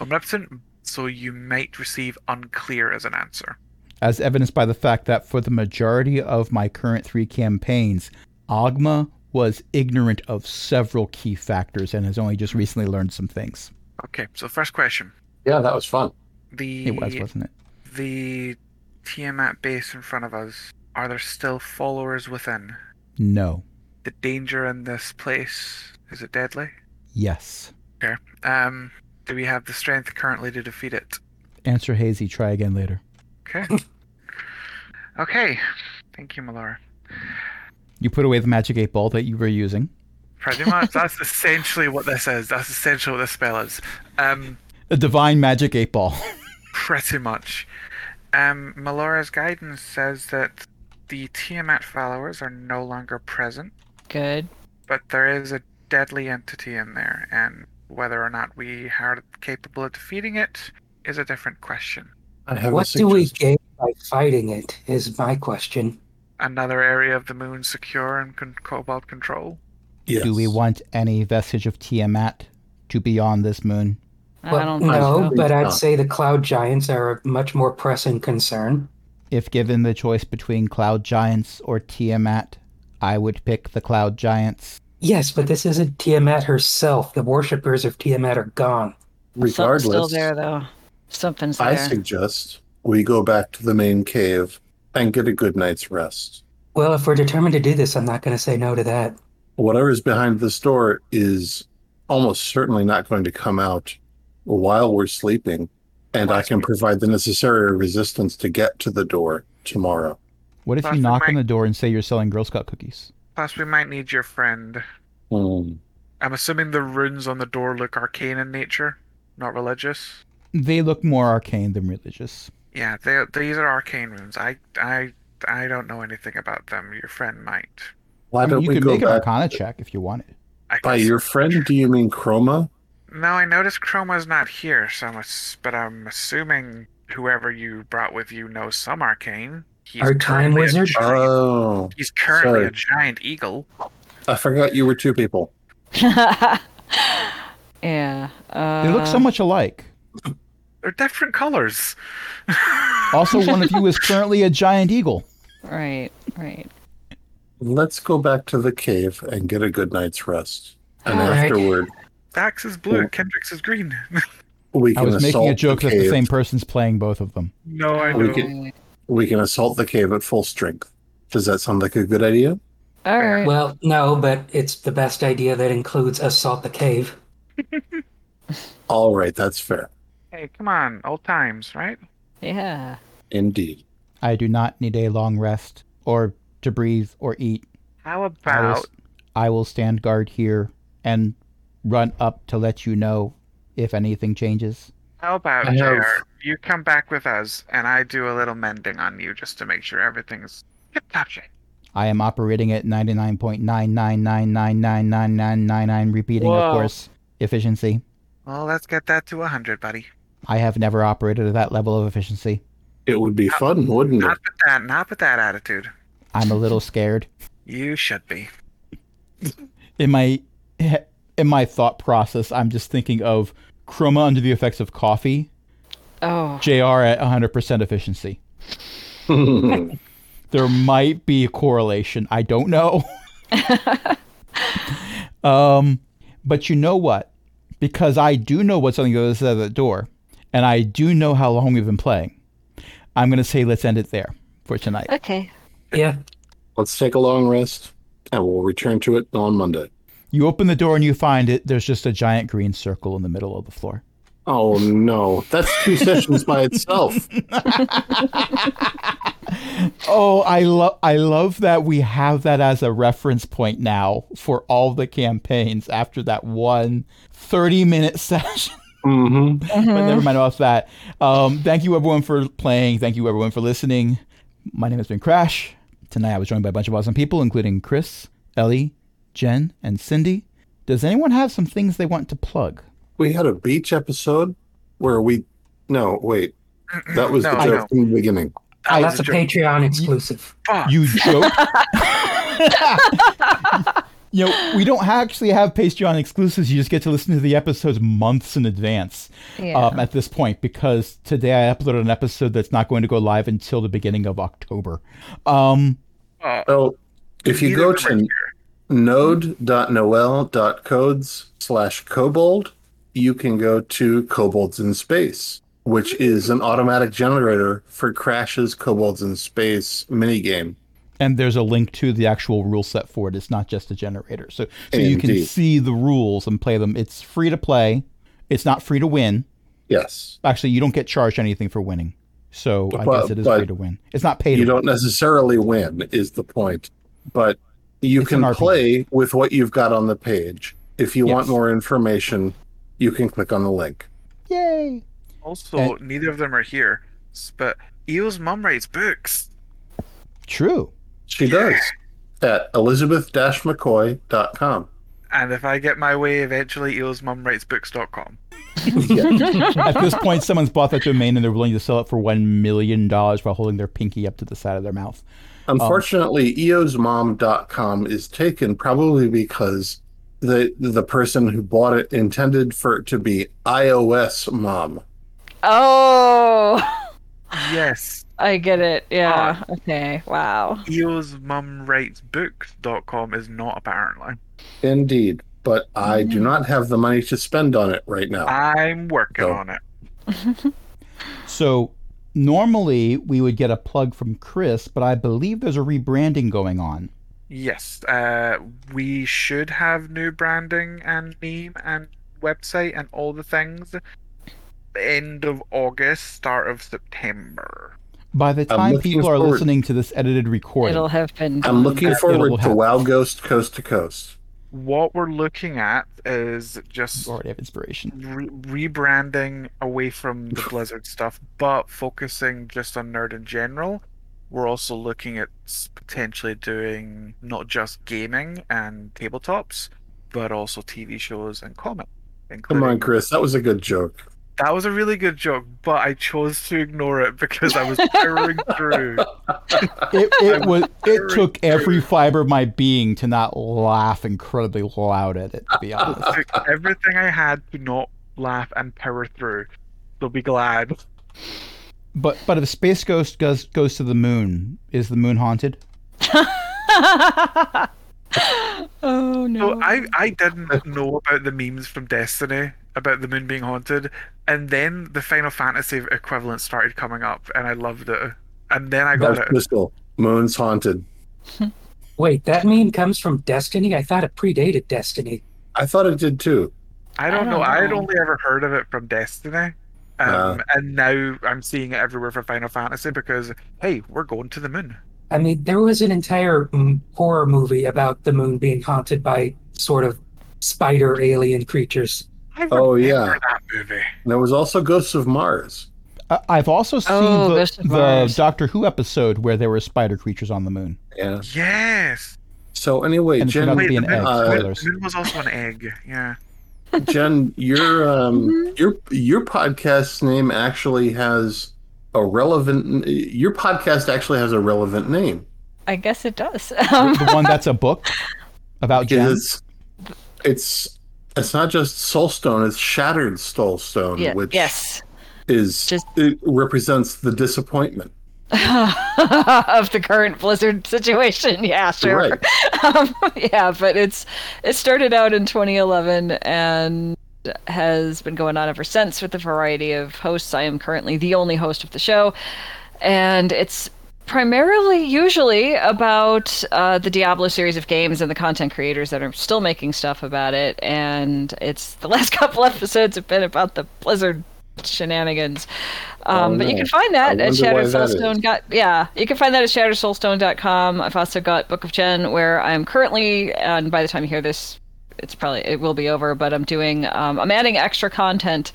C: omnipotent, so you might receive unclear as an answer.
B: as evidenced by the fact that for the majority of my current three campaigns, Agma was ignorant of several key factors and has only just recently learned some things.
C: Okay, so first question.
A: Yeah, that was fun.
C: The
B: It was, wasn't it?
C: the Tiamat base in front of us. Are there still followers within?
B: No.
C: the danger in this place is it deadly
B: Yes.
C: um do we have the strength currently to defeat it
B: Answer hazy. Try again later.
C: okay okay thank you malora
B: You put away the magic eight ball that you were using.
C: pretty much that's essentially what this is that's essentially what this spell is um
B: A divine magic eight ball.
C: pretty much um malora's guidance says that the tiamat followers are no longer present
E: Good.
C: but there is a deadly entity in there and whether or not we are capable of defeating it is a different question
A: I have
D: What
A: a
D: do we
A: suggestion.
D: gain by fighting it? Is my question.
C: another area of the moon secure and con- cobalt control.
A: Yes.
B: Do we want any vestige of Tiamat to be on this moon?
E: I don't think
D: no,
E: so.
D: but I'd
A: No.
D: say the cloud giants are a much more pressing concern.
B: If given the choice between cloud giants or Tiamat, I would pick the cloud giants.
D: Yes, but this isn't Tiamat herself. The worshippers of Tiamat are gone.
E: Something's
A: Regardless,
E: still there though. Something's
A: I
E: there.
A: suggest we go back to the main cave and get a good night's rest.
D: Well, if we're determined to do this, I'm not going to say no to that.
A: Whatever's behind this door is almost certainly not going to come out while we're sleeping, and I can provide the necessary resistance to get to the door tomorrow.
B: What if you
C: Plastic
B: knock on
C: mic.
B: the door and say you're selling Girl Scout cookies?
C: Plus, we might need your friend.
A: Hmm.
C: I'm assuming the runes on the door look arcane in nature, not religious.
B: They look more arcane than religious.
C: Yeah, they, these are arcane runes. I, I, I don't know anything about them. Your friend might.
A: Why
B: I mean,
A: don't
B: you
A: we
B: could
A: go
B: make an
A: back?
B: Arcana check if you wanted.
C: I
A: By
C: guess-
A: your friend, do you mean Chroma?
C: No, I noticed Chroma's not here, so I'm ass- but I'm assuming whoever you brought with you knows some arcane. He's
D: Arcane
C: currently a
D: wizard?
C: giant-
A: Oh,
C: He's currently a
A: Sorry.
C: giant eagle.
A: I forgot you were two people.
E: yeah. Uh,
B: They look so much alike.
C: They're different colors.
B: Also, one of you is currently a giant eagle.
E: uh, Right. Right.
A: Let's go back to the cave and get a good night's rest. And
D: All right.
A: afterward,
C: Dax is blue, Kendrix is green.
A: we
B: I
A: can
B: was making
A: assault
B: a joke
A: the
B: that the
A: cave.
B: same person's playing both of them.
C: no, I
A: We
C: know.
A: could- We can assault the cave at full strength. Does that sound like a good idea?
E: All right.
D: Well, no, but it's the best idea that includes assault the cave.
A: All right, that's fair.
C: Hey, come on, old times, right?
E: yeah.
A: Indeed.
B: I do not need a long rest or to breathe or eat.
C: How
B: I will,
C: about
B: I will stand guard here and run up to let you know if anything changes.
C: how about
A: I have-
C: JR, you come back with us, and I do a little mending on you just to make sure everything's tip top shape.
B: I am operating at 99.999999999, repeating,
E: Whoa.
B: of course, efficiency.
C: Well, let's get that to 100, buddy.
B: I have never operated at that level of efficiency.
A: It would be fun, wouldn't
C: Not
A: it?
C: with that, not with that attitude.
B: I'm a little scared.
C: You should be.
B: in my in my thought process, I'm just thinking of Chroma under the effects of coffee,
E: Oh,
B: JR at 100% efficiency. There might be a correlation. I don't know. um, but you know what? Because I do know what's on the other side of that door, and I do know how long we've been playing. I'm going to say let's end it there for tonight.
E: okay.
D: Yeah.
A: Let's take a long rest, and we'll return to it on Monday.
B: You open the door and you find it. There's just a giant green circle in the middle of the floor.
A: Oh no, that's two sessions by itself.
B: Oh, I love I love that we have that as a reference point now for all the campaigns after that one 30 minute session.
A: hmm
B: but never mind off that. Um, thank you everyone for playing. Thank you everyone for listening. My name has been Crash. Tonight I was joined by a bunch of awesome people, including Chris, Ellie, Jen, and Cindy. Does anyone have some things they want to plug?
A: We had a beach episode where we. No, wait. That was
C: no,
A: the joke
C: no.
A: from the beginning.
C: That was
D: that's a
C: joke.
D: Patreon exclusive.
C: Fuck.
B: You joke. you know, we don't actually have Patreon exclusives. You just get to listen to the episodes months in advance
E: Yeah.
B: um, at this point because today I uploaded an episode that's not going to go live until the beginning of October. Um,
C: Oh,
A: So if you
C: neither
A: go
C: of them are
A: to node.noel.codes slash kobold, you can go to Kobolds in Space, which is an automatic generator for Crash's Kobolds in Space minigame.
B: and there's a link to the actual rule set for it. It's not just a generator. So, so you can
A: Indeed.
B: see the rules and play them. It's free to play, it's not free to win.
A: Yes.
B: Actually, you don't get charged anything for winning. So I
A: But-
B: guess it is
A: but
B: free to win. It's not paid.
A: you don't necessarily win is the point but you
B: It's an
A: can
B: RPG.
A: play with what you've got on the page if you want
B: Yes.
A: more information you can click on the link
B: Yay!
C: Also, neither of them are here. s- But Eel's mum writes books.
B: True.
A: she does at elizabeth-mccoy.com
C: And if I get my way, eventually Eel's mum writes books.com.
B: At this point, someone's bought that domain and they're willing to sell it for one million dollars while holding their pinky up to the side of their mouth.
A: unfortunately E eosmom.com is taken probably because the the person who bought it intended for it to be ios mom
E: Oh,
C: Yes.
E: I get it. Yeah. Okay. Wow.
C: Eel's mum writes books.com is not apparently.
A: indeed but i do not have the money to spend on it right now
C: I'm working
A: No.
C: on it.
B: So normally we would get a plug from Chris, but I believe there's a rebranding going on.
C: Yes. Uh, we should have new branding and meme and website and all the things. End of August, start of September.
B: By the time
A: looking
B: people are
A: forward-
B: listening to this edited recording,
E: It'll have been.
A: I'm looking
B: It'll
A: forward to
B: happen.
A: WoW Ghost Coast to Coast.
C: What we're looking at is just
B: you already have inspiration.
C: re- rebranding away from the Blizzard stuff, but focusing just on nerd in general. We're also looking at s- potentially doing not just gaming and tabletops, but also TV shows and comic.
A: Come on,
C: including-
A: Chris. That was a good joke.
C: That was a really good joke, but I chose to ignore it because I was powering through.
B: It, it was. It
C: very
B: took every fiber of my being to not laugh incredibly loud at it. To be honest.
C: Took everything I had to not laugh and power through. So be glad.
B: But but if Space Ghost goes goes to the moon, is the moon haunted?
E: oh
C: So
E: no.
C: I I didn't know about the memes from Destiny about the moon being haunted, and then the Final Fantasy equivalent started coming up, and I loved it. And then I got
A: That's
C: it.
A: Crystal. Moon's haunted.
D: Wait, that meme comes from Destiny? I thought it predated Destiny.
A: I thought it did too.
C: I don't,
E: I don't
C: know. I had
E: know.
C: only ever heard of it from Destiny, um,
A: Ah.
C: and now I'm seeing it everywhere for Final Fantasy because hey, we're going to the moon.
D: I mean, there was an entire mm, horror movie about the moon being haunted by sort of spider alien creatures.
C: I
A: Oh, yeah.
C: remember that movie.
A: And there was also Ghosts of Mars.
B: Uh, I've also seen
E: Oh, Ghost
B: the,
E: of
B: the
E: Mars.
B: Doctor Who episode where there were spider creatures on the moon.
A: Yeah.
C: Yes.
A: So anyway,
B: And it's
A: Jen,
B: about- That'd
C: Wait,
B: be
C: the
B: an
C: moon,
B: egg,
C: moon-
B: spoilers.
C: moon was also an egg. Yeah.
A: Jen, your
E: Mm-hmm.
A: um, your your podcast's name actually has a relevant. Your podcast actually has a relevant name.
E: I guess it does.
B: The-
E: Um,
B: the one that's a book about Oh, Jen.
A: It's it's it's not just Soulstone; it's Shattered Soulstone,
E: yeah,
A: which
E: yes.
A: is
E: Just-
A: it represents the disappointment.
E: of the current blizzard situation. Yeah, sure.
A: Right.
E: Um, yeah, but it's it started out in 2011 and has been going on ever since with a variety of hosts. I am currently the only host of the show, and it's primarily usually about uh, the Diablo series of games and the content creators that are still making stuff about it. And it's the last couple episodes have been about the Blizzard shenanigans. Um,
A: Oh,
E: but you
A: no.
E: can find that
A: I
E: at
A: wonder why that is.
E: ShatteredSoulstone. Got yeah, you can find that at ShatteredSoulstone.com. I've also got Book of Chen, where I'm currently, and by the time you hear this, it's probably it will be over. But I'm doing, um, I'm adding extra content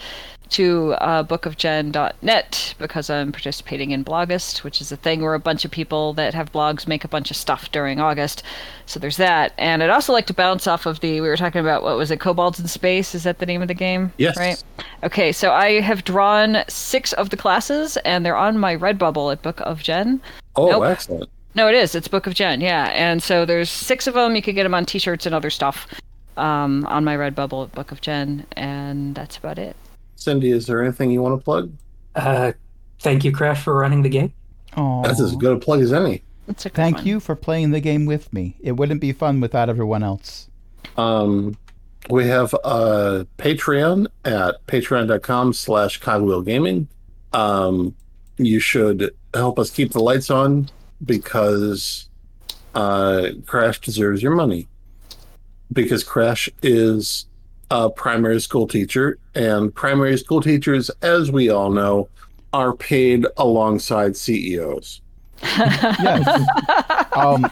E: to uh, bookofgen.net because I'm participating in Blogist, which is a thing where a bunch of people that have blogs make a bunch of stuff during August. So there's that. And I'd also like to bounce off of the, we were talking about, what was it, Kobolds in Space? Is that the name of the game?
A: Yes.
E: Right? Okay, so I have drawn six of the classes and they're on my Redbubble at Book of Gen.
A: Oh,
E: Nope.
A: excellent!
E: No, it is. It's Book of Gen, yeah. And so there's six of them. You can get them on t-shirts and other stuff um, on my Redbubble at Book of Gen. And that's about it.
A: Cindy, is there anything you want to plug?
D: Uh, thank you, Crash, for running the game.
B: Aw.
A: That's as good a plug as any.
E: That's a good
B: Thank
E: one.
B: you for playing the game with me. It wouldn't be fun without everyone else.
A: Um, we have a Patreon at patreon.com slash cogwheel gaming. Um, you should help us keep the lights on because uh, Crash deserves your money. Because Crash is a primary school teacher, and primary school teachers, as we all know, are paid alongside E CEOs.
B: Yes. um,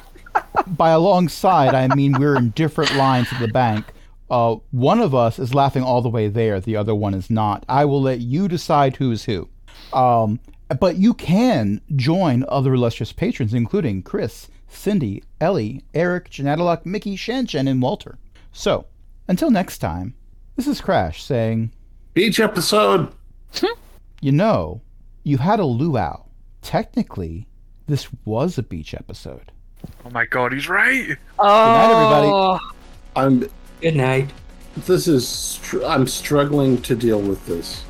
B: by alongside, I mean we're in different lines of the bank. Uh, one of us is laughing all the way there, the other one is not. I will let you decide who is who. Um, but you can join other illustrious patrons, including Chris, Cindy, Ellie, Eric, Janatelok, Mickey, Shan Shan, and Walter. So, until next time, this is Crash saying,
A: Each episode,
B: You know, you had a luau. Technically, this was a beach episode.
C: Oh my god, he's right.
B: night, everybody.
E: Oh.
A: I'm
D: Good night.
A: this is str- I'm struggling to deal with this.